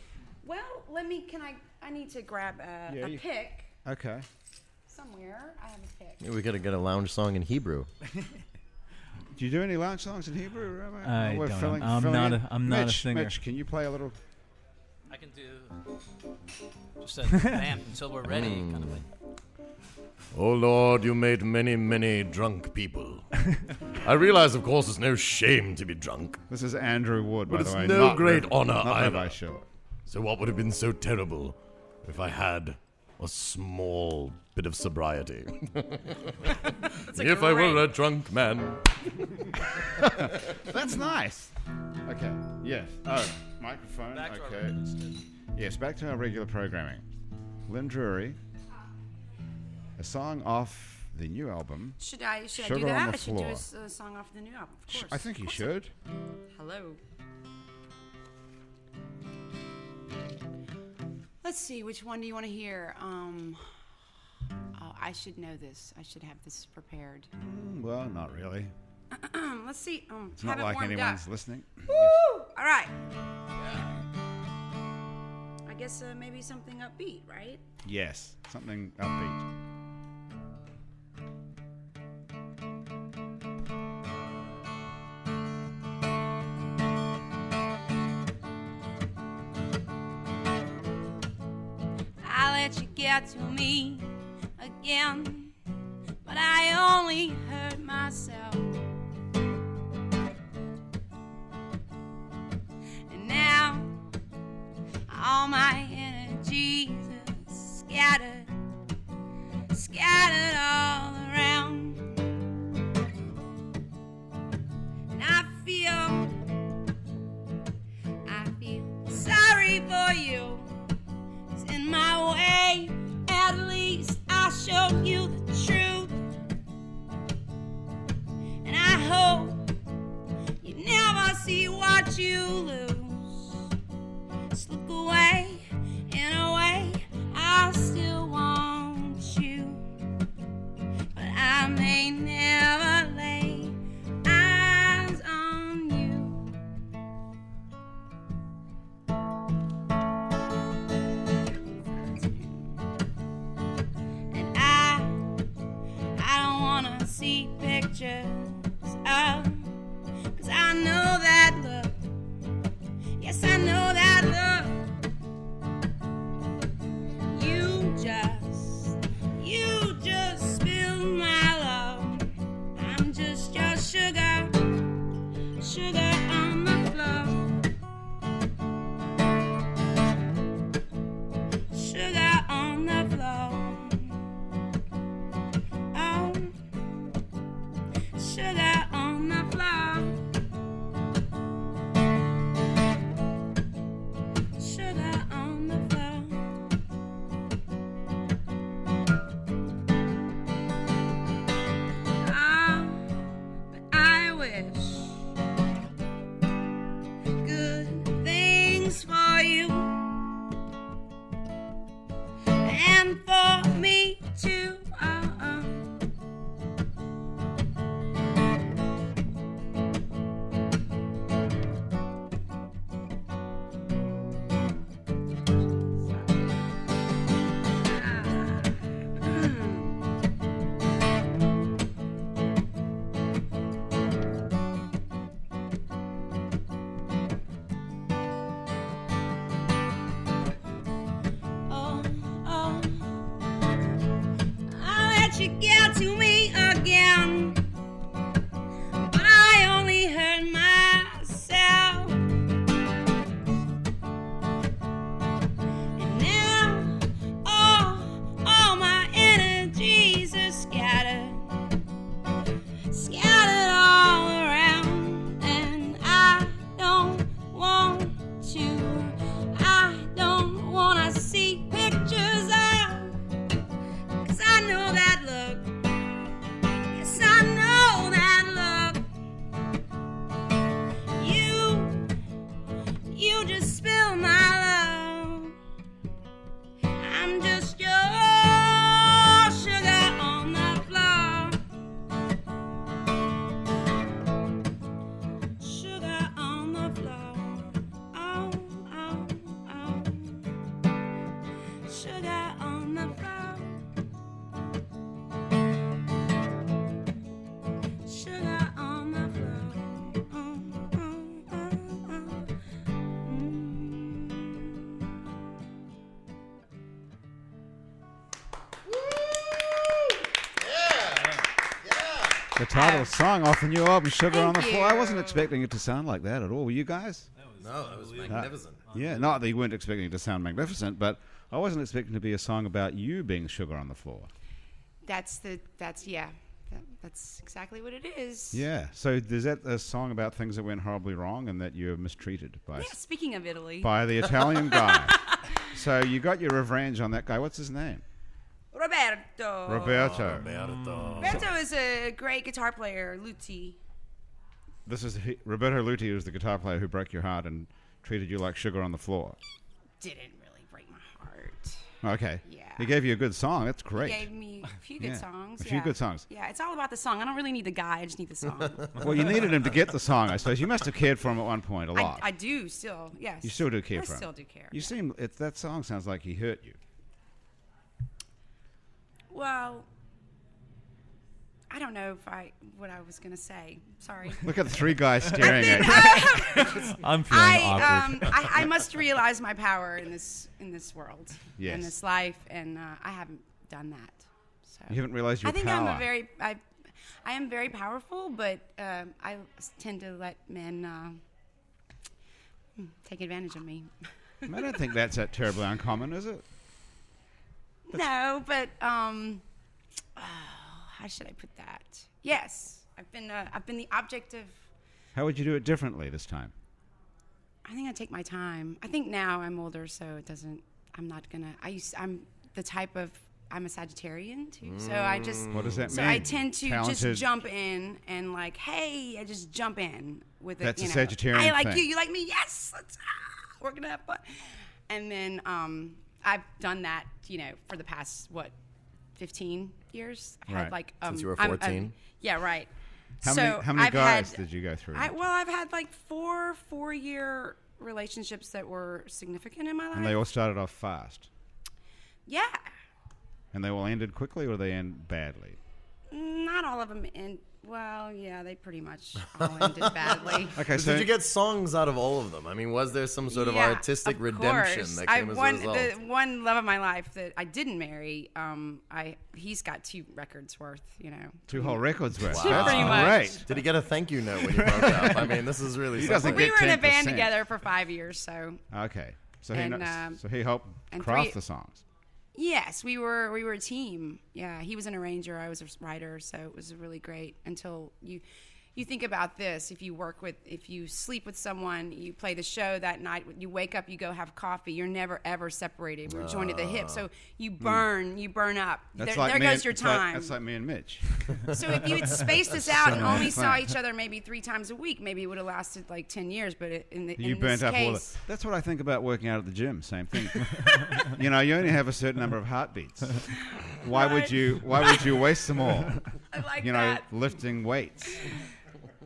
[SPEAKER 4] Well, let me. Can I? I need to grab a,
[SPEAKER 1] Yeah,
[SPEAKER 4] a
[SPEAKER 1] you-
[SPEAKER 4] pick
[SPEAKER 1] Okay.
[SPEAKER 4] somewhere. I have a pick.
[SPEAKER 3] we got to get a lounge song in Hebrew.
[SPEAKER 1] Do you do any lounge songs in Hebrew, Rabbi?
[SPEAKER 2] I
[SPEAKER 1] Oh, we're
[SPEAKER 2] don't.
[SPEAKER 1] filling-
[SPEAKER 2] I'm
[SPEAKER 1] filling
[SPEAKER 2] not
[SPEAKER 1] in.
[SPEAKER 2] a- I'm not a
[SPEAKER 1] Mitch,
[SPEAKER 2] singer.
[SPEAKER 1] Mitch, can you play a little?
[SPEAKER 5] I can do just a vamp until we're ready,
[SPEAKER 1] Mm,
[SPEAKER 5] kind of like.
[SPEAKER 3] Oh Lord, you made many, many drunk people. I realize, of course, it's no shame to be drunk.
[SPEAKER 1] This is Andrew Wood, by
[SPEAKER 3] But
[SPEAKER 1] the
[SPEAKER 3] it's
[SPEAKER 1] way.
[SPEAKER 3] no
[SPEAKER 1] not
[SPEAKER 3] great
[SPEAKER 1] Rev-
[SPEAKER 3] honor
[SPEAKER 1] Not Rabbi
[SPEAKER 3] either.
[SPEAKER 1] Shiller.
[SPEAKER 3] So, what would have been so terrible if I had a small bit of
[SPEAKER 4] [laughs]
[SPEAKER 3] sobriety?
[SPEAKER 6] a
[SPEAKER 3] [laughs] if I were
[SPEAKER 6] great-
[SPEAKER 3] a drunk man.
[SPEAKER 1] That's nice. Okay. Yes. Oh, microphone.
[SPEAKER 5] Back to our
[SPEAKER 1] okay.
[SPEAKER 5] regular schedule.
[SPEAKER 1] Yes, back to our regular programming. Lynn Drury, a song off the new album.
[SPEAKER 6] Should I should I do
[SPEAKER 1] Sugar on
[SPEAKER 6] that?
[SPEAKER 1] the
[SPEAKER 6] I should do
[SPEAKER 1] floor.
[SPEAKER 6] a s- a song off the new album. Of
[SPEAKER 1] Sh-
[SPEAKER 6] course.
[SPEAKER 1] I think you
[SPEAKER 6] Of course I-
[SPEAKER 1] should.
[SPEAKER 6] Hello. Let's see, which one do you want to hear? Um, oh, I should know this. I should have this prepared.
[SPEAKER 1] Mm, Well, not really.
[SPEAKER 6] Um, let's see. Um,
[SPEAKER 1] It's not
[SPEAKER 6] have it
[SPEAKER 1] like
[SPEAKER 6] warmed
[SPEAKER 1] anyone's
[SPEAKER 6] up.
[SPEAKER 1] listening.
[SPEAKER 6] Woo! All right. I guess uh, maybe something upbeat, right?
[SPEAKER 1] Yes, something upbeat.
[SPEAKER 6] I let you get to me again, but I only hurt myself. And now all my energies are scattered, scattered all around. And I feel, I feel sorry for you was in my way. At least I showed you the truth. And I hope you never see what you lose. Just look away, in a way, I still want you. But I may never lay eyes on you. And I, I don't wanna see pictures of, cause I know that look. Yes, I know that look. You just, you just spilled my love. I'm just your sugar, sugar on the floor, sugar on the floor. Oh, sugar on the floor. Sugar on the floor. Ah, but I wish good things for you and for me too. Oh, oh. Oh, oh. I let you get to me again, but I only hurt myself. And now, all, all my energies are scattered, scattered all around, and I don't want you. I don't wanna see pictures of, cause I know that look. Yes, I know that look. You, you just spill my love. I'm just your sugar on the floor. Sugar on the floor. Oh, oh, oh. Sugar on the floor. Sugar on the floor. Oh, oh, oh, oh. Mm.
[SPEAKER 1] The title song off the new album, Sugar on
[SPEAKER 6] Thank
[SPEAKER 1] the Floor. I
[SPEAKER 6] you.
[SPEAKER 1] wasn't expecting it to sound like that at all. Were you guys?
[SPEAKER 7] That was
[SPEAKER 3] No, that was magnificent.
[SPEAKER 1] Yeah, not that you weren't expecting it to sound magnificent, but I wasn't expecting it to be a song about you being sugar on the floor.
[SPEAKER 4] That's the that's yeah. That, that's exactly what it is.
[SPEAKER 1] Yeah. So is that a song about things that went horribly wrong and that you're mistreated by
[SPEAKER 4] Yeah, speaking of Italy,
[SPEAKER 1] by the Italian
[SPEAKER 4] [laughs]
[SPEAKER 1] guy? so you got your revenge on that guy. What's his name?
[SPEAKER 4] Roberto.
[SPEAKER 1] Roberto.
[SPEAKER 3] Roberto.
[SPEAKER 4] Roberto is a great guitar player, Luti.
[SPEAKER 1] This is he, Roberto Luti, who's the guitar player who broke your heart and treated you like sugar on the floor.
[SPEAKER 4] Didn't really break my heart.
[SPEAKER 1] Okay.
[SPEAKER 4] Yeah.
[SPEAKER 1] He gave you a good song. That's great.
[SPEAKER 4] Gave me a few good
[SPEAKER 1] Yeah,
[SPEAKER 4] songs.
[SPEAKER 1] a few
[SPEAKER 4] yeah.
[SPEAKER 1] good songs.
[SPEAKER 4] Yeah, it's all about the song. I don't really need the guy. I just need
[SPEAKER 1] [laughs]
[SPEAKER 4] the song.
[SPEAKER 1] Well, you needed him to get the song, I suppose. You must have cared for him at one point a
[SPEAKER 4] I,
[SPEAKER 1] lot.
[SPEAKER 4] I do still. Yes.
[SPEAKER 1] you still do care
[SPEAKER 4] I
[SPEAKER 1] for him.
[SPEAKER 4] still do care.
[SPEAKER 1] You seem it, that song sounds like he hurt you.
[SPEAKER 4] Well, I don't know if I what I was gonna say.
[SPEAKER 1] [laughs]
[SPEAKER 4] Sorry.
[SPEAKER 1] Look at the three
[SPEAKER 4] [laughs]
[SPEAKER 1] guys staring at you.
[SPEAKER 2] I'm feeling
[SPEAKER 4] I,
[SPEAKER 2] awkward.
[SPEAKER 4] um, I I must realize my power in this in this world, in
[SPEAKER 1] Yes.
[SPEAKER 4] this life, and uh, I haven't done that. So
[SPEAKER 1] You haven't realized your
[SPEAKER 4] I think
[SPEAKER 1] power.
[SPEAKER 4] I'm a very I, I am very powerful, but um, I s- tend to let men uh, take advantage
[SPEAKER 1] [laughs]
[SPEAKER 4] of me.
[SPEAKER 1] I don't think that's that terribly uncommon, is it?
[SPEAKER 4] no, but um, oh, how should I put that? Yes, I've been uh, I've been the object of.
[SPEAKER 1] How would you do it differently this time?
[SPEAKER 4] I think I take my time. I think now I'm older, so it doesn't. I'm not gonna. I used. I'm the type of. I'm a Sagittarian too, so I just.
[SPEAKER 1] What does that
[SPEAKER 4] so
[SPEAKER 1] mean?
[SPEAKER 4] I tend to
[SPEAKER 1] Talented.
[SPEAKER 4] just jump in and like, hey, I just jump in with it.
[SPEAKER 1] That's
[SPEAKER 4] you
[SPEAKER 1] a
[SPEAKER 4] know,
[SPEAKER 1] Sagittarian
[SPEAKER 4] I like
[SPEAKER 1] thing.
[SPEAKER 4] you. You like me. Yes, let's, ah, we're gonna have fun. And then um, I've done that, you know, for the past what, 15 years. I've
[SPEAKER 1] Right.
[SPEAKER 4] had like um,
[SPEAKER 3] Since you were
[SPEAKER 4] I'm- I'm-
[SPEAKER 3] 14?
[SPEAKER 4] yeah, right.
[SPEAKER 1] How
[SPEAKER 4] so
[SPEAKER 1] many, how many
[SPEAKER 4] I've
[SPEAKER 1] guys
[SPEAKER 4] had,
[SPEAKER 1] did you go through?
[SPEAKER 4] I, well, I've had like four four year relationships that were significant in my life.
[SPEAKER 1] and they all started off fast.
[SPEAKER 4] yeah,
[SPEAKER 1] And they all ended quickly or they end badly?
[SPEAKER 4] not all of them. And well, yeah, they pretty much all ended badly.
[SPEAKER 1] [laughs] Okay, so
[SPEAKER 3] Did you get songs out of all of them? I mean, was there some sort of
[SPEAKER 4] Yeah,
[SPEAKER 3] artistic
[SPEAKER 4] of
[SPEAKER 3] redemption
[SPEAKER 4] course.
[SPEAKER 3] that
[SPEAKER 4] I
[SPEAKER 3] came as
[SPEAKER 4] one,
[SPEAKER 3] a
[SPEAKER 4] [laughs]
[SPEAKER 3] result?
[SPEAKER 4] The one love of my life that I didn't marry. Um, I he's got two records worth. You know,
[SPEAKER 1] two whole records worth.
[SPEAKER 3] Wow. Pretty
[SPEAKER 1] That's
[SPEAKER 4] much.
[SPEAKER 1] great.
[SPEAKER 3] Did he get a thank you note when you broke up? I mean, this is really
[SPEAKER 1] He doesn't
[SPEAKER 3] something.
[SPEAKER 1] get-
[SPEAKER 4] we were in a band
[SPEAKER 1] 10%.
[SPEAKER 4] together for five years. So
[SPEAKER 1] Okay. So, he
[SPEAKER 4] And,
[SPEAKER 1] knows,
[SPEAKER 4] um,
[SPEAKER 1] so he helped
[SPEAKER 4] and
[SPEAKER 1] craft
[SPEAKER 4] three-
[SPEAKER 1] the songs.
[SPEAKER 4] yes, we were we were a team. Yeah, he was an arranger. I was a writer. So it was really great. Until you. You think about this: if you work with, if you sleep with someone, you play the show that night. You wake up, you go have coffee. You're never ever separated. We're joined at the hip, so you
[SPEAKER 3] Ah. Hmm.
[SPEAKER 4] burn, you burn up.
[SPEAKER 1] That's
[SPEAKER 4] there
[SPEAKER 1] like
[SPEAKER 4] there
[SPEAKER 1] me
[SPEAKER 4] goes
[SPEAKER 1] and-
[SPEAKER 4] your
[SPEAKER 1] it's like-
[SPEAKER 4] time.
[SPEAKER 1] that's like me and Mitch.
[SPEAKER 4] So
[SPEAKER 1] [laughs]
[SPEAKER 4] if you had spaced this out and only
[SPEAKER 1] nice.
[SPEAKER 4] saw each other maybe three times a week, maybe it would have lasted like ten years. But it, in the
[SPEAKER 1] You
[SPEAKER 4] in
[SPEAKER 1] burnt
[SPEAKER 4] this
[SPEAKER 1] up all the.
[SPEAKER 4] case,
[SPEAKER 1] That's what I think about working out at the gym. Same thing. [laughs] you know, you only have a certain number of heartbeats. Why would
[SPEAKER 4] Right.
[SPEAKER 1] you? Why would you waste them all?
[SPEAKER 4] I like
[SPEAKER 1] You know,
[SPEAKER 4] that.
[SPEAKER 1] lifting weights.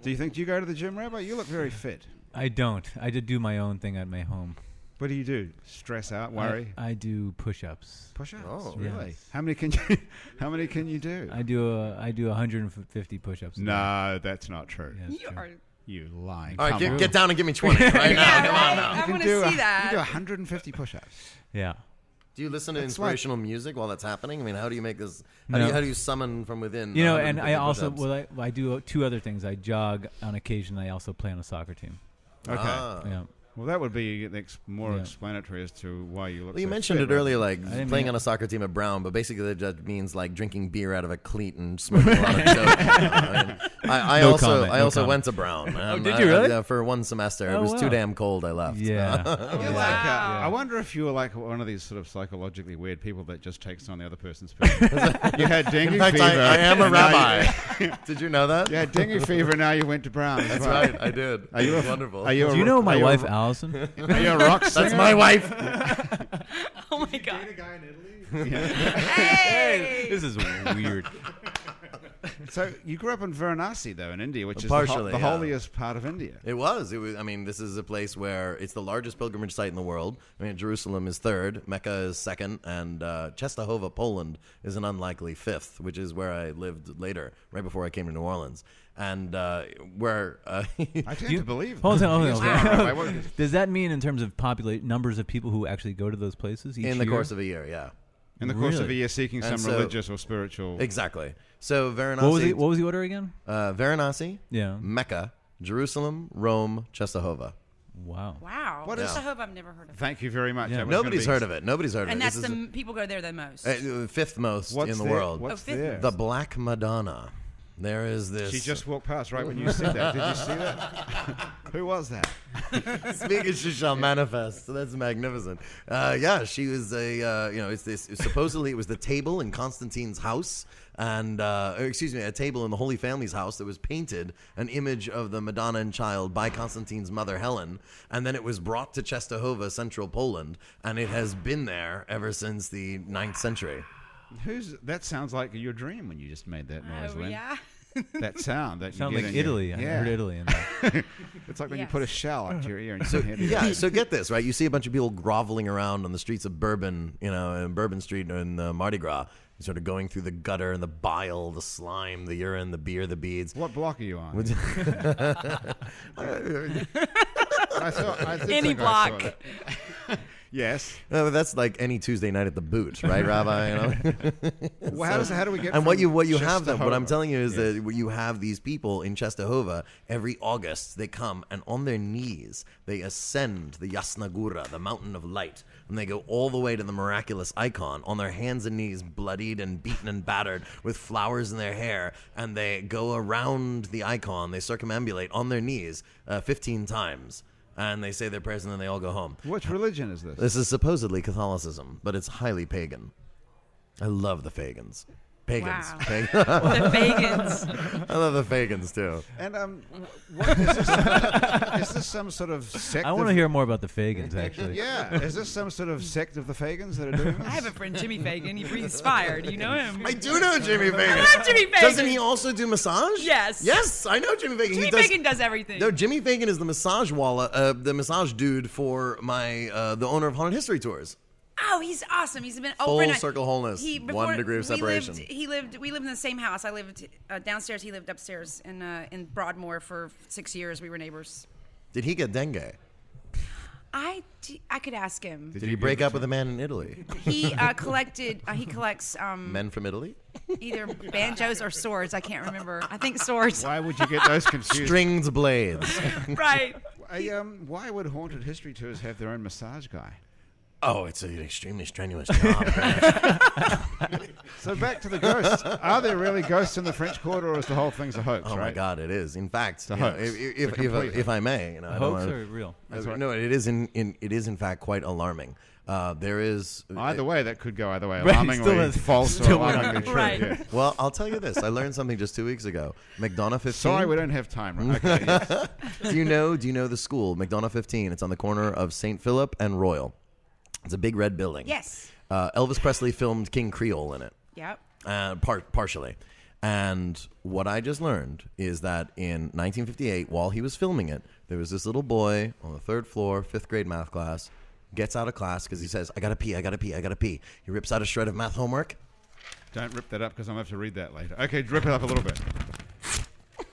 [SPEAKER 1] Do you think do you go to the gym, Rabbi? You look very fit.
[SPEAKER 2] I don't. I did do my own thing at my home.
[SPEAKER 1] What do you do? Stress out, worry,
[SPEAKER 2] I, I do push-ups.
[SPEAKER 1] push-ups.
[SPEAKER 3] Uh, Oh.
[SPEAKER 1] really?
[SPEAKER 2] Yes.
[SPEAKER 1] How many can you? [laughs] How many can you do?
[SPEAKER 2] I do. A, I do 150 push-ups. a day.
[SPEAKER 1] no, that's not true.
[SPEAKER 2] Yeah, it's
[SPEAKER 4] you
[SPEAKER 2] true.
[SPEAKER 4] are.
[SPEAKER 1] You lying.
[SPEAKER 3] All right,
[SPEAKER 1] Come
[SPEAKER 3] get,
[SPEAKER 1] on.
[SPEAKER 3] get down and give
[SPEAKER 1] [laughs]
[SPEAKER 3] me 20 right now.
[SPEAKER 4] Yeah,
[SPEAKER 3] Oh, Come on
[SPEAKER 4] right?
[SPEAKER 3] now.
[SPEAKER 4] I
[SPEAKER 1] You
[SPEAKER 4] want
[SPEAKER 1] can do
[SPEAKER 4] to
[SPEAKER 1] a-
[SPEAKER 4] see that.
[SPEAKER 1] You do 150 push-ups.
[SPEAKER 2] Yeah.
[SPEAKER 3] Do you listen to
[SPEAKER 1] That's why-
[SPEAKER 3] inspirational music while that's happening? I mean, how do you make this? How, do,
[SPEAKER 2] No.
[SPEAKER 3] you, how do you summon from within?
[SPEAKER 2] You know, and I
[SPEAKER 3] 150
[SPEAKER 2] also
[SPEAKER 3] push-ups?
[SPEAKER 2] well, I, well, I do two other things. I jog on occasion. I also play on a soccer team.
[SPEAKER 1] Okay.
[SPEAKER 3] Ah.
[SPEAKER 2] Yeah.
[SPEAKER 1] Well, that would be the ex- more
[SPEAKER 2] Yeah.
[SPEAKER 1] explanatory as to why you look.
[SPEAKER 3] Well, you
[SPEAKER 1] so
[SPEAKER 3] mentioned
[SPEAKER 1] fit,
[SPEAKER 3] it
[SPEAKER 1] right?
[SPEAKER 3] earlier, like
[SPEAKER 2] didn't
[SPEAKER 3] playing
[SPEAKER 2] mean-
[SPEAKER 3] on a soccer team at Brown, but basically that means like drinking beer out of a cleat and smoking a
[SPEAKER 2] [laughs]
[SPEAKER 3] lot of dope. I, mean, I, I
[SPEAKER 2] No
[SPEAKER 3] also
[SPEAKER 2] comment,
[SPEAKER 3] I
[SPEAKER 2] no comment.
[SPEAKER 3] also
[SPEAKER 2] Oh,
[SPEAKER 3] went to Brown. Um,
[SPEAKER 2] did
[SPEAKER 3] I-
[SPEAKER 2] you
[SPEAKER 3] I-
[SPEAKER 2] really?
[SPEAKER 3] yeah, for one semester, it
[SPEAKER 2] Oh,
[SPEAKER 3] was
[SPEAKER 2] wow.
[SPEAKER 3] too damn cold. I left.
[SPEAKER 2] [laughs]
[SPEAKER 3] [laughs]
[SPEAKER 2] Yeah.
[SPEAKER 1] You're like, uh, I wonder if you were like one of these sort of psychologically weird people that just takes on the other person's
[SPEAKER 3] [laughs]
[SPEAKER 1] person. you had dengue
[SPEAKER 3] In fact,
[SPEAKER 1] fever.
[SPEAKER 2] [laughs]
[SPEAKER 3] I, I am a
[SPEAKER 1] and now You,
[SPEAKER 3] rabbi. [laughs] did you know that?
[SPEAKER 1] you had dengue fever, and now you went to Brown.
[SPEAKER 3] that's right. I did.
[SPEAKER 1] Are you a,
[SPEAKER 3] wonderful?
[SPEAKER 1] Are you a,
[SPEAKER 2] Do you know
[SPEAKER 1] are
[SPEAKER 2] my
[SPEAKER 1] you
[SPEAKER 2] wife,
[SPEAKER 1] A,
[SPEAKER 2] Allison?
[SPEAKER 1] are you a rock singer?
[SPEAKER 3] that's
[SPEAKER 1] [laughs]
[SPEAKER 3] my wife.
[SPEAKER 4] Oh my god.
[SPEAKER 2] this is weird.
[SPEAKER 1] [laughs] So you grew up in Varanasi, though, in India, which is
[SPEAKER 3] Partially,
[SPEAKER 1] the, ho- the
[SPEAKER 3] yeah.
[SPEAKER 1] holiest part of India.
[SPEAKER 3] It was. It was. I mean, this is a place where it's the largest pilgrimage site in the world. I mean, Jerusalem is third, Mecca is second, and uh, Czestochowa, Poland, is an unlikely fifth, which is where I lived later, right before I came to New Orleans, and uh, where uh, [laughs]
[SPEAKER 1] I tend
[SPEAKER 2] You-
[SPEAKER 1] to believe.
[SPEAKER 2] Hold
[SPEAKER 1] that.
[SPEAKER 2] on, hold on, hold on.
[SPEAKER 1] Rabbi, what is-
[SPEAKER 2] Does that mean in terms of populate numbers of people who actually go to those places each
[SPEAKER 3] in the
[SPEAKER 2] year?
[SPEAKER 3] course of a year, yeah,
[SPEAKER 1] In the course of a
[SPEAKER 2] Really?
[SPEAKER 1] year, seeking some
[SPEAKER 3] And so-
[SPEAKER 1] religious or spiritual.
[SPEAKER 3] exactly. So Varanasi,
[SPEAKER 2] what was the, what was the order again?
[SPEAKER 3] Uh, Varanasi,
[SPEAKER 2] Yeah.
[SPEAKER 3] Mecca, Jerusalem, Rome, Czestochowa.
[SPEAKER 2] Wow.
[SPEAKER 4] Wow.
[SPEAKER 1] What
[SPEAKER 4] Just
[SPEAKER 1] is-
[SPEAKER 4] I hope I've never heard of that.
[SPEAKER 1] Thank you very much.
[SPEAKER 2] Yeah.
[SPEAKER 1] That was gonna
[SPEAKER 3] Nobody's
[SPEAKER 1] be-
[SPEAKER 3] heard of it. Nobody's heard of
[SPEAKER 4] And
[SPEAKER 3] it.
[SPEAKER 4] that's
[SPEAKER 3] This
[SPEAKER 4] the
[SPEAKER 3] is-
[SPEAKER 4] m people go there the most.
[SPEAKER 3] uh, fifth most
[SPEAKER 1] What's
[SPEAKER 3] in the
[SPEAKER 1] their-
[SPEAKER 3] world.
[SPEAKER 1] What's
[SPEAKER 4] Oh, fifth
[SPEAKER 1] theirs?
[SPEAKER 3] The Black Madonna. There is this.
[SPEAKER 1] She
[SPEAKER 3] [laughs]
[SPEAKER 1] just walked past right when you said that. Did you see that? [laughs] Who was that?
[SPEAKER 3] Speaking she shall manifest. So that's magnificent. Uh, yeah, she was a uh, you know it's this supposedly it was the table in Constantine's house and uh, or excuse me a table in the Holy Family's house that was painted an image of the Madonna and Child by Constantine's mother Helen and then it was brought to Czestochowa, central Poland, and it has been there ever since the ninth century.
[SPEAKER 1] Who's that? Sounds like your dream when you just made that noise,
[SPEAKER 4] oh,
[SPEAKER 1] Lynn.
[SPEAKER 4] yeah.
[SPEAKER 1] That sound that you
[SPEAKER 2] Sound
[SPEAKER 1] get
[SPEAKER 2] like
[SPEAKER 1] in your-
[SPEAKER 2] Italy. I
[SPEAKER 1] yeah,
[SPEAKER 2] heard Italy in there.
[SPEAKER 1] It's like when you
[SPEAKER 4] Yes.
[SPEAKER 1] put a shell up to your ear and you
[SPEAKER 3] So
[SPEAKER 1] can hear the-
[SPEAKER 3] yeah, so get this right. You see a bunch of people groveling around on the streets of Bourbon, you know, in Bourbon Street in uh, Mardi Gras, sort of going through the gutter and the bile, the slime, the urine, the beer, the beads.
[SPEAKER 1] What block are you on? [laughs] I saw, I did
[SPEAKER 4] Any
[SPEAKER 1] think I saw
[SPEAKER 4] block.
[SPEAKER 1] that. [laughs] yes.
[SPEAKER 3] No, but that's like any Tuesday night at the boot, right, Rabbi? You know?
[SPEAKER 1] Well, how, does, how do we get?
[SPEAKER 3] and what
[SPEAKER 1] from
[SPEAKER 3] you what you have them? What I'm
[SPEAKER 1] Czestochowa?
[SPEAKER 3] telling you is
[SPEAKER 1] Yes.
[SPEAKER 3] that you have these people in Czestochowa every August. They come and on their knees they ascend the Yasna Góra, the mountain of light, and they go all the way to the miraculous icon on their hands and knees, bloodied and beaten and battered, with flowers in their hair, and they go around the icon. They circumambulate on their knees uh, 15 times, and they say their prayers, and then they all go home.
[SPEAKER 1] Which religion is this?
[SPEAKER 3] This is supposedly Catholicism, but it's highly pagan. I love the Fagans. Pagans.
[SPEAKER 4] Wow.
[SPEAKER 3] Pag-
[SPEAKER 4] the
[SPEAKER 3] [laughs]
[SPEAKER 4] Fagans.
[SPEAKER 3] I love the Fagans too.
[SPEAKER 1] And um, what is this? [laughs] is this some sort of sect?
[SPEAKER 2] I
[SPEAKER 1] want
[SPEAKER 2] want to hear more about the Fagans, actually.
[SPEAKER 1] Yeah, is this some sort of sect of the Fagans that are doing
[SPEAKER 4] [laughs] I
[SPEAKER 1] this?
[SPEAKER 4] have a friend, Jimmy Fagan. He breathes fire. Do you know him?
[SPEAKER 3] I do know Jimmy Fagan.
[SPEAKER 4] love Jimmy Fagan.
[SPEAKER 3] Doesn't he also do massage?
[SPEAKER 4] Yes.
[SPEAKER 3] Yes, I know Jimmy Fagan.
[SPEAKER 4] Jimmy
[SPEAKER 3] he does,
[SPEAKER 4] Fagan does everything.
[SPEAKER 3] No, Jimmy Fagan is the massage walla, uh, the massage dude for my uh, the owner of Haunted History Tours.
[SPEAKER 4] Oh, he's awesome. He's been
[SPEAKER 3] Full
[SPEAKER 4] overnight.
[SPEAKER 3] circle wholeness. One degree of
[SPEAKER 4] we lived-
[SPEAKER 3] separation.
[SPEAKER 4] he lived. We lived in the same house. I lived uh, downstairs. He lived upstairs in uh, in Broadmoor for six years. We were neighbors.
[SPEAKER 3] Did he get dengue?
[SPEAKER 4] I, d- I could ask him.
[SPEAKER 3] Did he break up with a man in Italy?
[SPEAKER 4] He
[SPEAKER 1] [laughs]
[SPEAKER 4] uh, collected. Uh, he collects um,
[SPEAKER 3] Men from [laughs] Italy?
[SPEAKER 1] [laughs]
[SPEAKER 4] either banjos or swords. I can't remember. I think swords.
[SPEAKER 1] Why would you get
[SPEAKER 4] [laughs]
[SPEAKER 1] those confused?
[SPEAKER 3] Stringed blades.
[SPEAKER 4] right.
[SPEAKER 1] I, um, why would haunted history tours have their own massage guy?
[SPEAKER 3] oh, it's an extremely strenuous job. [laughs]
[SPEAKER 1] So back to the ghosts. Are there really ghosts in the French Quarter, or is the whole thing's a hoax?
[SPEAKER 3] Oh my
[SPEAKER 1] right?
[SPEAKER 3] God, it is. In fact, you know,
[SPEAKER 1] hoax.
[SPEAKER 3] if,
[SPEAKER 1] The
[SPEAKER 3] if, if,
[SPEAKER 1] complete
[SPEAKER 3] if, I may, you know, I don't
[SPEAKER 2] Hoax
[SPEAKER 3] wanna-
[SPEAKER 2] or real?
[SPEAKER 3] Uh, No, it is in, in it is in fact quite alarming. Uh, there is
[SPEAKER 1] Either way, that could go either way.
[SPEAKER 2] Right,
[SPEAKER 1] Alarmingly
[SPEAKER 2] still is-
[SPEAKER 1] false or
[SPEAKER 2] still
[SPEAKER 1] alarmingly
[SPEAKER 2] is.
[SPEAKER 1] true.
[SPEAKER 4] Right.
[SPEAKER 1] yeah.
[SPEAKER 3] Well, I'll tell you this. I learned something just two weeks ago. McDonough
[SPEAKER 1] [laughs]
[SPEAKER 3] 15.
[SPEAKER 1] Sorry, we don't have time. Right? Okay, yes.
[SPEAKER 3] do you know? Do you know the school McDonough 15? It's on the corner of St. Philip and Royal. It's a big red building.
[SPEAKER 4] Yes.
[SPEAKER 3] Uh, Elvis Presley filmed King Creole in it.
[SPEAKER 4] Yep.
[SPEAKER 3] uh, par- partially. And what I just learned is that in 1958, while he was filming it, there was this little boy on the third floor, fifth grade math class, gets out of class because he says, "I gotta pee, I gotta pee, I gotta pee." He rips out a shred of math homework.
[SPEAKER 1] Don't rip that up because I'm going to have to read that later. Okay, drip it up a little bit.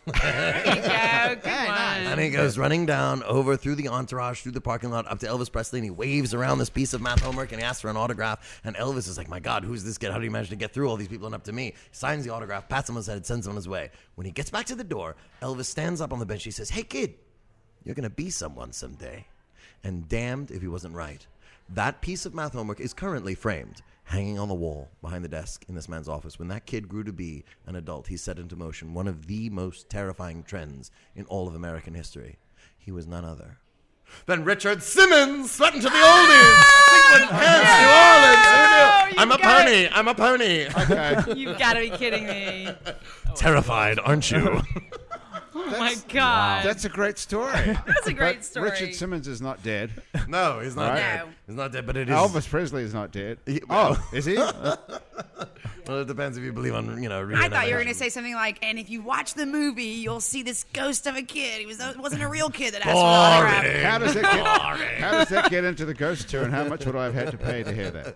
[SPEAKER 4] There you go. Good one.
[SPEAKER 3] And he goes running down over through the entourage, through the parking lot, up to Elvis Presley, and he waves around this piece of math homework and he asks for an autograph. And Elvis is like, My God, who's this kid? How do you manage to get through all these people and up to me? He signs the autograph, pats him on his head, sends him on his way. When he gets back to the door, Elvis stands up on the bench. He says, Hey, kid, you're going to be someone someday. And damned if he wasn't right. That piece of math homework is currently framed, hanging on the wall behind the desk in this man's office. When that kid grew to be an adult, he set into motion one of the most terrifying trends in all of American history. He was none other than Richard Simmons, sweating to the oldies. Singing pants, New Orleans. Who knew?
[SPEAKER 4] Ah! Oh, you
[SPEAKER 3] I'm a
[SPEAKER 4] got
[SPEAKER 3] pony. I'm a pony.
[SPEAKER 4] You've got to be kidding me.
[SPEAKER 3] [laughs] Terrified, aren't you?
[SPEAKER 4] [laughs] Oh my God.
[SPEAKER 1] That's a great story.
[SPEAKER 4] [laughs] That's a great story.
[SPEAKER 1] Richard Simmons is not dead.
[SPEAKER 3] [laughs] no, he's not
[SPEAKER 1] Right.
[SPEAKER 3] dead.
[SPEAKER 4] No.
[SPEAKER 3] He's not dead, but it is.
[SPEAKER 1] Elvis Presley is not dead.
[SPEAKER 3] Yeah,
[SPEAKER 1] Oh, is he?
[SPEAKER 3] Well, it depends if you believe on, you know.
[SPEAKER 4] I thought you
[SPEAKER 3] reincarnation.
[SPEAKER 4] were going to say something like, "And if you watch the movie, you'll see this ghost of a kid. He was wasn't a real kid that asked for an autograph."
[SPEAKER 1] How does that get? How does that get into the ghost tour, and how much would I have had to pay to hear that?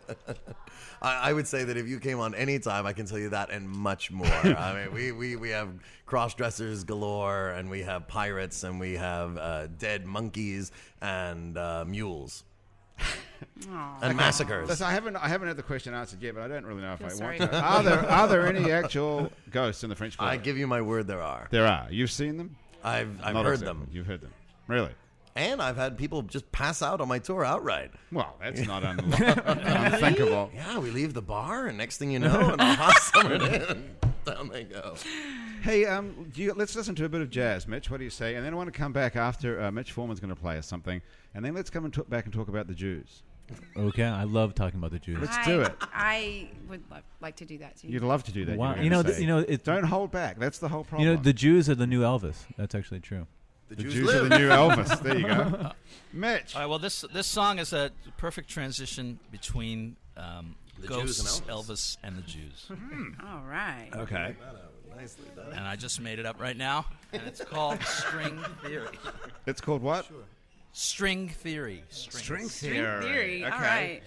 [SPEAKER 3] [laughs] I, I would say that if you came on any time, I can tell you that and
[SPEAKER 1] [laughs]
[SPEAKER 3] much more. I mean, we, we, we have cross dressers galore, and we have pirates, and we have uh, dead monkeys and uh, mules and massacres.
[SPEAKER 1] Listen, I haven't I haven't had the question answered yet, but I don't really know if I
[SPEAKER 4] Feel sorry.
[SPEAKER 1] want to. Are there are there any actual ghosts in the French Quarter?
[SPEAKER 3] I give you my word, there are.
[SPEAKER 1] there are. You've seen them.
[SPEAKER 3] I've, I've
[SPEAKER 1] Not
[SPEAKER 3] heard
[SPEAKER 1] exactly.
[SPEAKER 3] them.
[SPEAKER 1] You've heard them. Really?
[SPEAKER 3] And I've had people just pass out on my tour outright.
[SPEAKER 1] Well,
[SPEAKER 3] [laughs]
[SPEAKER 1] that's not un- unthinkable.
[SPEAKER 3] Yeah, we leave the bar, and next thing
[SPEAKER 1] [laughs]
[SPEAKER 3] you know, in a hot summer [laughs] day, down they go.
[SPEAKER 1] Hey, um, do you, let's listen to a bit of jazz, Mitch. What do you say? And then I want to come back after uh, Mitch Foreman's going to play us something, and then let's come and talk back and talk about the Jews.
[SPEAKER 2] Okay, I love talking about the Jews.
[SPEAKER 1] Let's do it.
[SPEAKER 4] I would love, like to do that too.
[SPEAKER 1] You'd love to do that.
[SPEAKER 2] Wow.
[SPEAKER 1] were
[SPEAKER 2] You know,
[SPEAKER 1] gonna
[SPEAKER 2] th-
[SPEAKER 1] say.
[SPEAKER 2] you know, it-
[SPEAKER 1] don't hold back. That's the whole
[SPEAKER 2] You
[SPEAKER 1] problem.
[SPEAKER 2] know, the Jews are the new Elvis. That's actually true.
[SPEAKER 3] The,
[SPEAKER 1] The
[SPEAKER 3] Jews,
[SPEAKER 1] Jews
[SPEAKER 3] live.
[SPEAKER 1] are the new Elvis. There you
[SPEAKER 3] [laughs]
[SPEAKER 1] go, Mitch.
[SPEAKER 5] All right. Well, this this song is a perfect transition between um,
[SPEAKER 3] The
[SPEAKER 5] ghosts,
[SPEAKER 3] Jews and Elvis.
[SPEAKER 5] Elvis. and the Jews.
[SPEAKER 4] All right.
[SPEAKER 1] Okay.
[SPEAKER 3] Nicely done.
[SPEAKER 5] and I just made it up right now, and it's
[SPEAKER 3] [laughs]
[SPEAKER 5] called string theory.
[SPEAKER 1] It's called what?
[SPEAKER 5] String theory.
[SPEAKER 4] String
[SPEAKER 5] String.
[SPEAKER 4] theory. All right.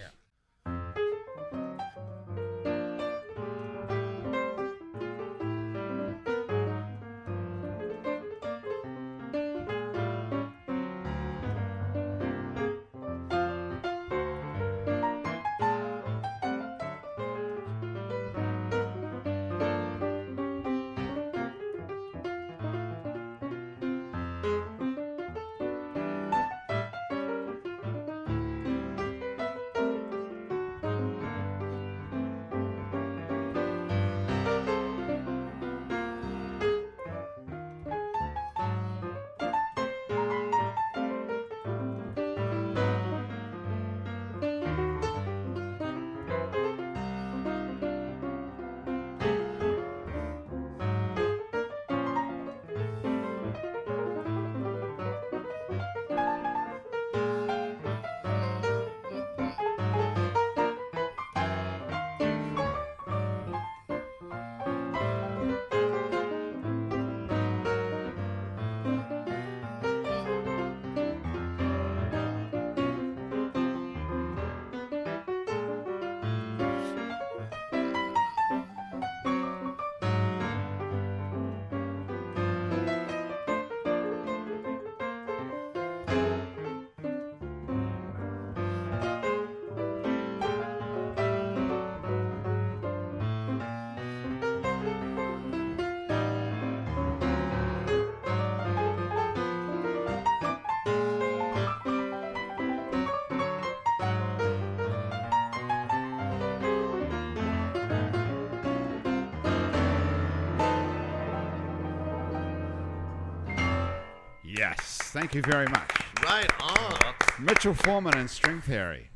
[SPEAKER 1] Yes. Thank you very much,
[SPEAKER 3] Right on.
[SPEAKER 1] Mitchell Foreman and string theory.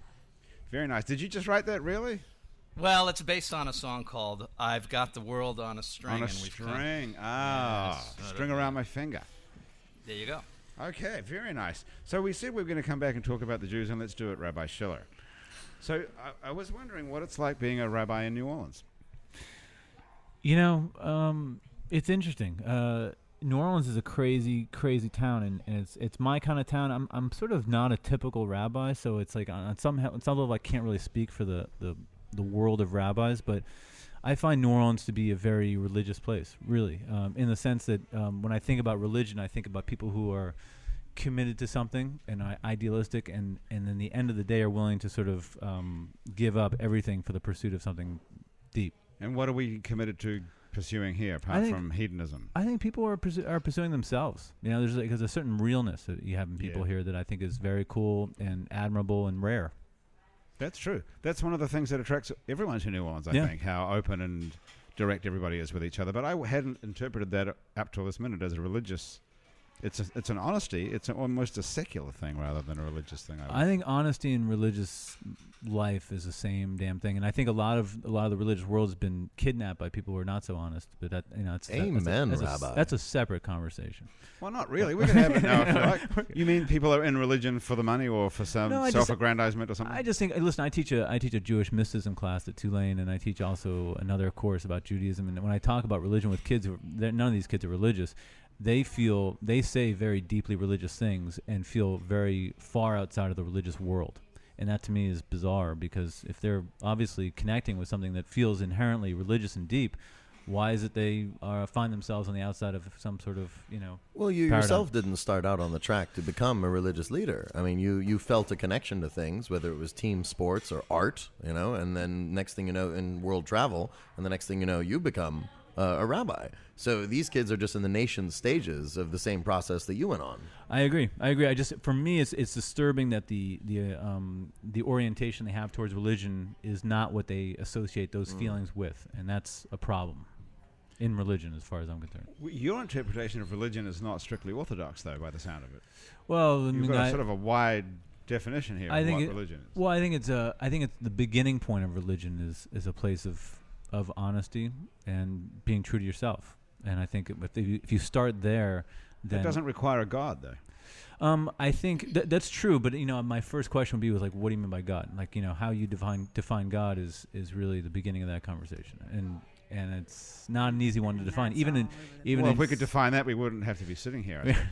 [SPEAKER 1] Very nice. Did you just write that really?
[SPEAKER 5] Well, it's based on a song called "I've Got the World on a String."
[SPEAKER 1] On a
[SPEAKER 5] and we've come-
[SPEAKER 1] string. Ah,
[SPEAKER 5] Yes.
[SPEAKER 1] string around my finger.
[SPEAKER 5] There you go.
[SPEAKER 1] Okay, very nice. So we said we were going to come back and talk about the Jews, and let's do it, Rabbi Schiller. So I, I was wondering what it's like being a rabbi in New Orleans.
[SPEAKER 2] You know, um, it's interesting. Uh, New Orleans is a crazy, crazy town, and, and it's it's my kind of town. I'm I'm sort of not a typical rabbi, so it's like uh, on on some he- on some level I can't really speak for the, the the world of rabbis, but I find New Orleans to be a very religious place, really, um, in the sense that um, when I think about religion, I think about people who are committed to something and i- idealistic and and in the end of the day are willing to sort of um, give up everything for the pursuit of something deep
[SPEAKER 1] And what are we committed to pursuing here,
[SPEAKER 2] I
[SPEAKER 1] apart
[SPEAKER 2] think-
[SPEAKER 1] from hedonism?
[SPEAKER 2] I think people are pursu- are pursuing themselves. You know, there's like, there's a certain realness that you have in people
[SPEAKER 1] Yeah.
[SPEAKER 2] here that I think is very cool and admirable and rare.
[SPEAKER 1] That's true. That's one of the things that attracts everyone to New Orleans, I
[SPEAKER 2] Yeah.
[SPEAKER 1] think, how open and direct everybody is with each other. But I hadn't interpreted that up till this minute as a religious. It's, a, it's an honesty. It's almost a secular thing rather than a religious thing.
[SPEAKER 3] Oh.
[SPEAKER 1] I would
[SPEAKER 2] I think honesty in religious life is the same damn thing, and I think a lot of a lot of the religious world has been kidnapped by people who are not so honest. But that you know, it's that-
[SPEAKER 3] Amen,
[SPEAKER 2] that's a, that's a,
[SPEAKER 3] Rabbi.
[SPEAKER 2] that's a separake conversation.
[SPEAKER 1] Well, not really. We can have it now if
[SPEAKER 2] [laughs]
[SPEAKER 1] you like. You mean people are in religion for the money or for some
[SPEAKER 2] No, I just-
[SPEAKER 1] self-aggrandizement or something?
[SPEAKER 2] I just think listen, I teach a I teach a Jewish mysticism class at Tulane, and I teach also another course about Judaism. And when I talk about religion with kids, who are- they're- none of these kids are religious. They feel they say very deeply religious things and feel very far outside of the religious world. And that to me is bizarre because if they're obviously connecting with something that feels inherently religious and deep, why is it they are, find themselves on the outside of some sort of you know?
[SPEAKER 3] Well, you
[SPEAKER 2] paradigm?
[SPEAKER 3] yourself didn't start out on the track to become a religious leader. I mean, you you felt a connection to things, whether it was team sports or art, you know, and then next thing you know, in world travel, and the next thing you know, you become uh, a rabbi. So these kids are just in the nation stages of the same process that you went on.
[SPEAKER 2] I agree. I agree. I just for me, it's it's disturbing that the the uh, um the orientation they have towards religion is not what they associate those
[SPEAKER 1] Mm.
[SPEAKER 2] feelings with, and that's a problem in religion, as far as I'm concerned.
[SPEAKER 1] W- Your interpretation of religion is not strictly orthodox, though, by the sound of it.
[SPEAKER 2] Well, I
[SPEAKER 1] You've
[SPEAKER 2] mean,
[SPEAKER 1] got a
[SPEAKER 2] I-
[SPEAKER 1] sort of a wide definition here
[SPEAKER 2] I
[SPEAKER 1] of
[SPEAKER 2] think
[SPEAKER 1] what
[SPEAKER 2] it-
[SPEAKER 1] religion is.
[SPEAKER 2] Well, I think it's a. I think it's the beginning point of religion is is a place of of honesty and being true to yourself. And I think if you, if you start there, then
[SPEAKER 1] It doesn't require a god, though.
[SPEAKER 2] um, I think th- that's true, but you know, my first question would be was like, what do you mean by God? Like, you know, how you define define God is is really the beginning of that conversation, and and it's not an easy one to define.
[SPEAKER 4] That's
[SPEAKER 2] Even in
[SPEAKER 4] all over the
[SPEAKER 2] even
[SPEAKER 1] well,
[SPEAKER 2] in
[SPEAKER 1] if we could define that, we wouldn't have to be sitting here. I think.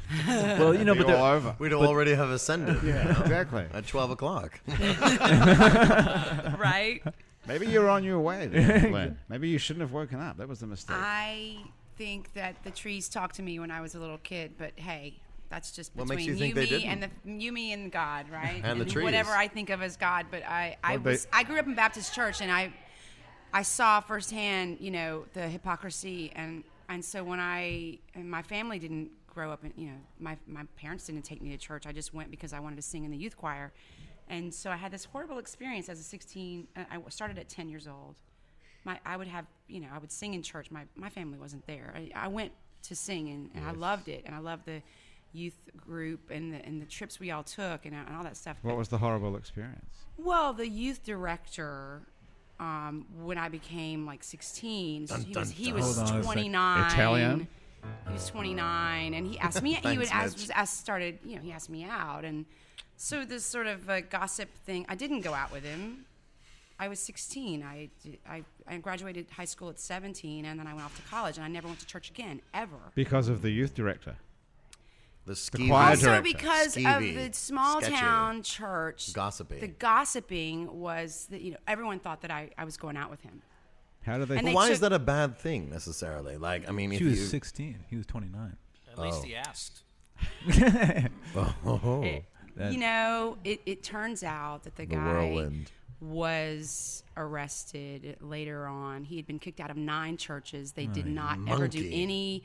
[SPEAKER 2] well, you know,
[SPEAKER 1] It'd be
[SPEAKER 2] but there-
[SPEAKER 1] all
[SPEAKER 2] [laughs]
[SPEAKER 1] over.
[SPEAKER 3] We'd already have ascended [laughs]
[SPEAKER 1] Yeah, exactly.
[SPEAKER 3] at 12 [laughs] o'clock.
[SPEAKER 4] right?
[SPEAKER 1] Maybe you're on your way.
[SPEAKER 2] [laughs]
[SPEAKER 1] Then, Glenn. Maybe you shouldn't have woken up. That was the mistake.
[SPEAKER 4] I think that the trees talked to me when I was a little kid, but hey, that's just
[SPEAKER 3] What makes
[SPEAKER 4] between
[SPEAKER 3] you think
[SPEAKER 4] me
[SPEAKER 3] they
[SPEAKER 4] and the you, me and God, right?
[SPEAKER 3] [laughs] And the trees.
[SPEAKER 4] Whatever I think of as God, but I I
[SPEAKER 1] Well, they-
[SPEAKER 4] was I grew up in Baptist church and I I saw firsthand, you know, the hypocrisy and and so when I and my family didn't grow up in, you know, my my parents didn't take me to church. I just went because I wanted to sing in the youth choir. And so I had this horrible experience as a 16 uh, I started at 10 years old my I would have you know I would sing in church. My my family wasn't there. I, I went to sing and, and I loved it, and I loved the youth group and the and the trips we all took and, and all that stuff.
[SPEAKER 1] what was the horrible experience?
[SPEAKER 4] well, the youth director. Um, when I became like 16, so
[SPEAKER 3] Dun,
[SPEAKER 4] he
[SPEAKER 3] dun,
[SPEAKER 4] was, he
[SPEAKER 3] dun.
[SPEAKER 4] was
[SPEAKER 2] Hold on a sec.
[SPEAKER 4] 29.
[SPEAKER 1] Italian?
[SPEAKER 4] He was 29, and he asked
[SPEAKER 3] [laughs]
[SPEAKER 4] me. he would
[SPEAKER 3] Thanks,
[SPEAKER 4] ask,
[SPEAKER 3] Mitch.
[SPEAKER 4] just ask, started. You know, he asked me out, and so this sort of uh, gossip thing. I didn't go out with him. I was 16. I, d- I, I graduated high school at 17, and then I went off to college, and I never went to church again, ever.
[SPEAKER 1] Because of the youth director.
[SPEAKER 3] The skeevy.
[SPEAKER 1] choir
[SPEAKER 4] also,
[SPEAKER 1] director.
[SPEAKER 4] because
[SPEAKER 3] Skeevy,
[SPEAKER 4] of the small
[SPEAKER 3] sketchy,
[SPEAKER 4] town church,
[SPEAKER 3] gossipy.
[SPEAKER 4] The gossiping was that you know everyone thought that I, I was going out with him.
[SPEAKER 1] How do they?
[SPEAKER 4] And
[SPEAKER 3] But
[SPEAKER 4] they
[SPEAKER 3] why
[SPEAKER 4] took-
[SPEAKER 3] is that a bad thing necessarily? Like, I mean, if
[SPEAKER 2] she was
[SPEAKER 3] you,
[SPEAKER 2] 16, he was 29.
[SPEAKER 5] At least
[SPEAKER 1] Oh.
[SPEAKER 5] he asked.
[SPEAKER 3] Oh.
[SPEAKER 2] Eh,
[SPEAKER 4] you know, it, it turns out that the, guy
[SPEAKER 3] whirlwind.
[SPEAKER 4] was arrested later on. He had been kicked out of nine churches. They did not ever do
[SPEAKER 3] monkey.
[SPEAKER 4] any,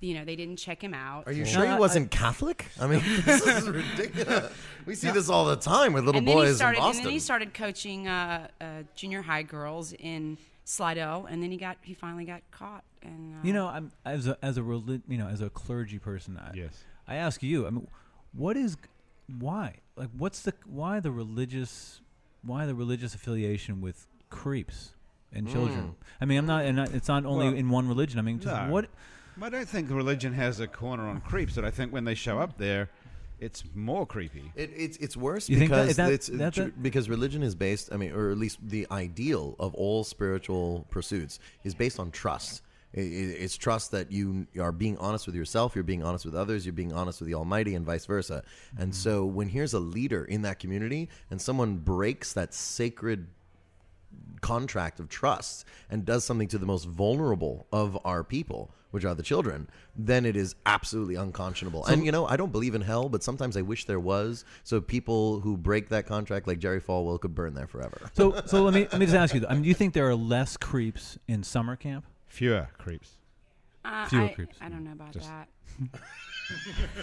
[SPEAKER 4] you know, they didn't check him out.
[SPEAKER 3] Are you sure he wasn't Catholic? I mean, [laughs] this is ridiculous. We see this all the time with little
[SPEAKER 4] and then he
[SPEAKER 3] boys
[SPEAKER 4] started,
[SPEAKER 3] in
[SPEAKER 4] and
[SPEAKER 3] Boston.
[SPEAKER 4] then he started coaching uh, uh, junior high girls in Slidell, and then he got he finally got caught. And uh,
[SPEAKER 2] You know, I'm as a as a relig- you know as a clergy person. I,
[SPEAKER 1] Yes.
[SPEAKER 2] I ask you. I mean, what is why? Like, what's the why the religious why the religious affiliation with creeps and
[SPEAKER 4] Mm.
[SPEAKER 2] children? I mean, I'm not, and I, it's not only
[SPEAKER 1] Well,
[SPEAKER 2] in one religion. I mean, just
[SPEAKER 1] No.
[SPEAKER 2] what?
[SPEAKER 1] I don't think religion has a corner on creeps, but I think when they show up there, it's more creepy.
[SPEAKER 3] It, it's it's worse
[SPEAKER 2] You think that-
[SPEAKER 3] because
[SPEAKER 2] that-
[SPEAKER 3] it's
[SPEAKER 2] that-
[SPEAKER 3] tr-
[SPEAKER 2] that-
[SPEAKER 3] because religion is based. I mean, or at least the ideal of all spiritual pursuits is based on trust. I- i- It's trust that you are being honest with yourself, you're being honest with others, you're being honest with the Almighty, and vice versa.
[SPEAKER 2] Mm-hmm.
[SPEAKER 3] And so, when here's a leader in that community, and someone breaks that sacred contract of trust and does something to the most vulnerable of our people, which are the children, then it is absolutely unconscionable. and you know, I don't believe in hell, but sometimes I wish there was. So people who break that contract, like Jerry Falwell, could burn there forever.
[SPEAKER 2] So, so let me let me just ask you. though. I mean, do you think there are less creeps in summer camp?
[SPEAKER 1] Fewer creeps.
[SPEAKER 4] uh,
[SPEAKER 2] fewer
[SPEAKER 4] I,
[SPEAKER 2] creeps.
[SPEAKER 4] I don't know about that.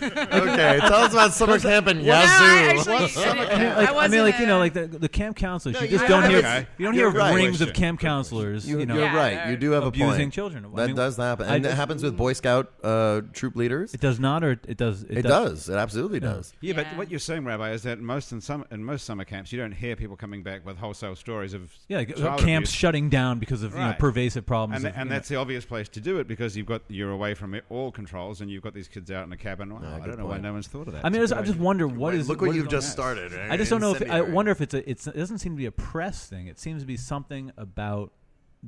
[SPEAKER 3] okay, tell us about [laughs] summer camp and
[SPEAKER 4] No, I
[SPEAKER 3] Yazoo.
[SPEAKER 4] actually, I,
[SPEAKER 2] I mean, like, I mean,
[SPEAKER 4] wasn't
[SPEAKER 2] like you know,
[SPEAKER 4] a-
[SPEAKER 2] like the, the camp counselors. you
[SPEAKER 3] you
[SPEAKER 2] just
[SPEAKER 3] don't
[SPEAKER 2] don't hear.
[SPEAKER 3] have
[SPEAKER 1] a-
[SPEAKER 2] You don't
[SPEAKER 3] you're
[SPEAKER 2] hear
[SPEAKER 3] right.
[SPEAKER 2] rings of
[SPEAKER 1] Question.
[SPEAKER 2] camp counselors. You,
[SPEAKER 3] You,
[SPEAKER 2] know,
[SPEAKER 3] are
[SPEAKER 4] Yeah,
[SPEAKER 3] right. You do have a
[SPEAKER 2] abusing
[SPEAKER 3] point.
[SPEAKER 2] children. I
[SPEAKER 3] That
[SPEAKER 2] mean,
[SPEAKER 3] does happen,
[SPEAKER 2] I
[SPEAKER 3] and it
[SPEAKER 2] just-
[SPEAKER 3] happens with Boy Scout uh, troop leaders.
[SPEAKER 2] it does not, or it it does. It,
[SPEAKER 3] It does. It absolutely does.
[SPEAKER 1] Yeah, but
[SPEAKER 4] Yeah.
[SPEAKER 1] what you're saying, Rabbi, is that most in some in most summer camps, you don't hear people coming back with wholesale stories of
[SPEAKER 2] Yeah, like, uh,
[SPEAKER 1] child
[SPEAKER 2] camps
[SPEAKER 1] abuse.
[SPEAKER 2] shutting down because of you know,
[SPEAKER 1] Right.
[SPEAKER 2] pervasive problems.
[SPEAKER 1] And,
[SPEAKER 2] of,
[SPEAKER 1] and
[SPEAKER 2] you know-
[SPEAKER 1] that's the obvious place to do it because you've got you're away from it- all controls and you've got these kids out in a cabin. Wow, I
[SPEAKER 3] good
[SPEAKER 1] don't know why
[SPEAKER 3] point.
[SPEAKER 1] no one's thought of that.
[SPEAKER 2] I mean, I
[SPEAKER 1] It's
[SPEAKER 2] just,
[SPEAKER 1] a
[SPEAKER 2] I
[SPEAKER 1] good
[SPEAKER 2] just
[SPEAKER 1] idea.
[SPEAKER 2] wonder what
[SPEAKER 3] Wait,
[SPEAKER 2] is.
[SPEAKER 3] look what
[SPEAKER 2] is
[SPEAKER 3] you've
[SPEAKER 2] going
[SPEAKER 3] just
[SPEAKER 2] on.
[SPEAKER 3] started. eh?
[SPEAKER 2] I just don't know if I
[SPEAKER 3] Incendiary.
[SPEAKER 2] wonder if it's a. It's, it doesn't seem to be a press thing. It seems to be something about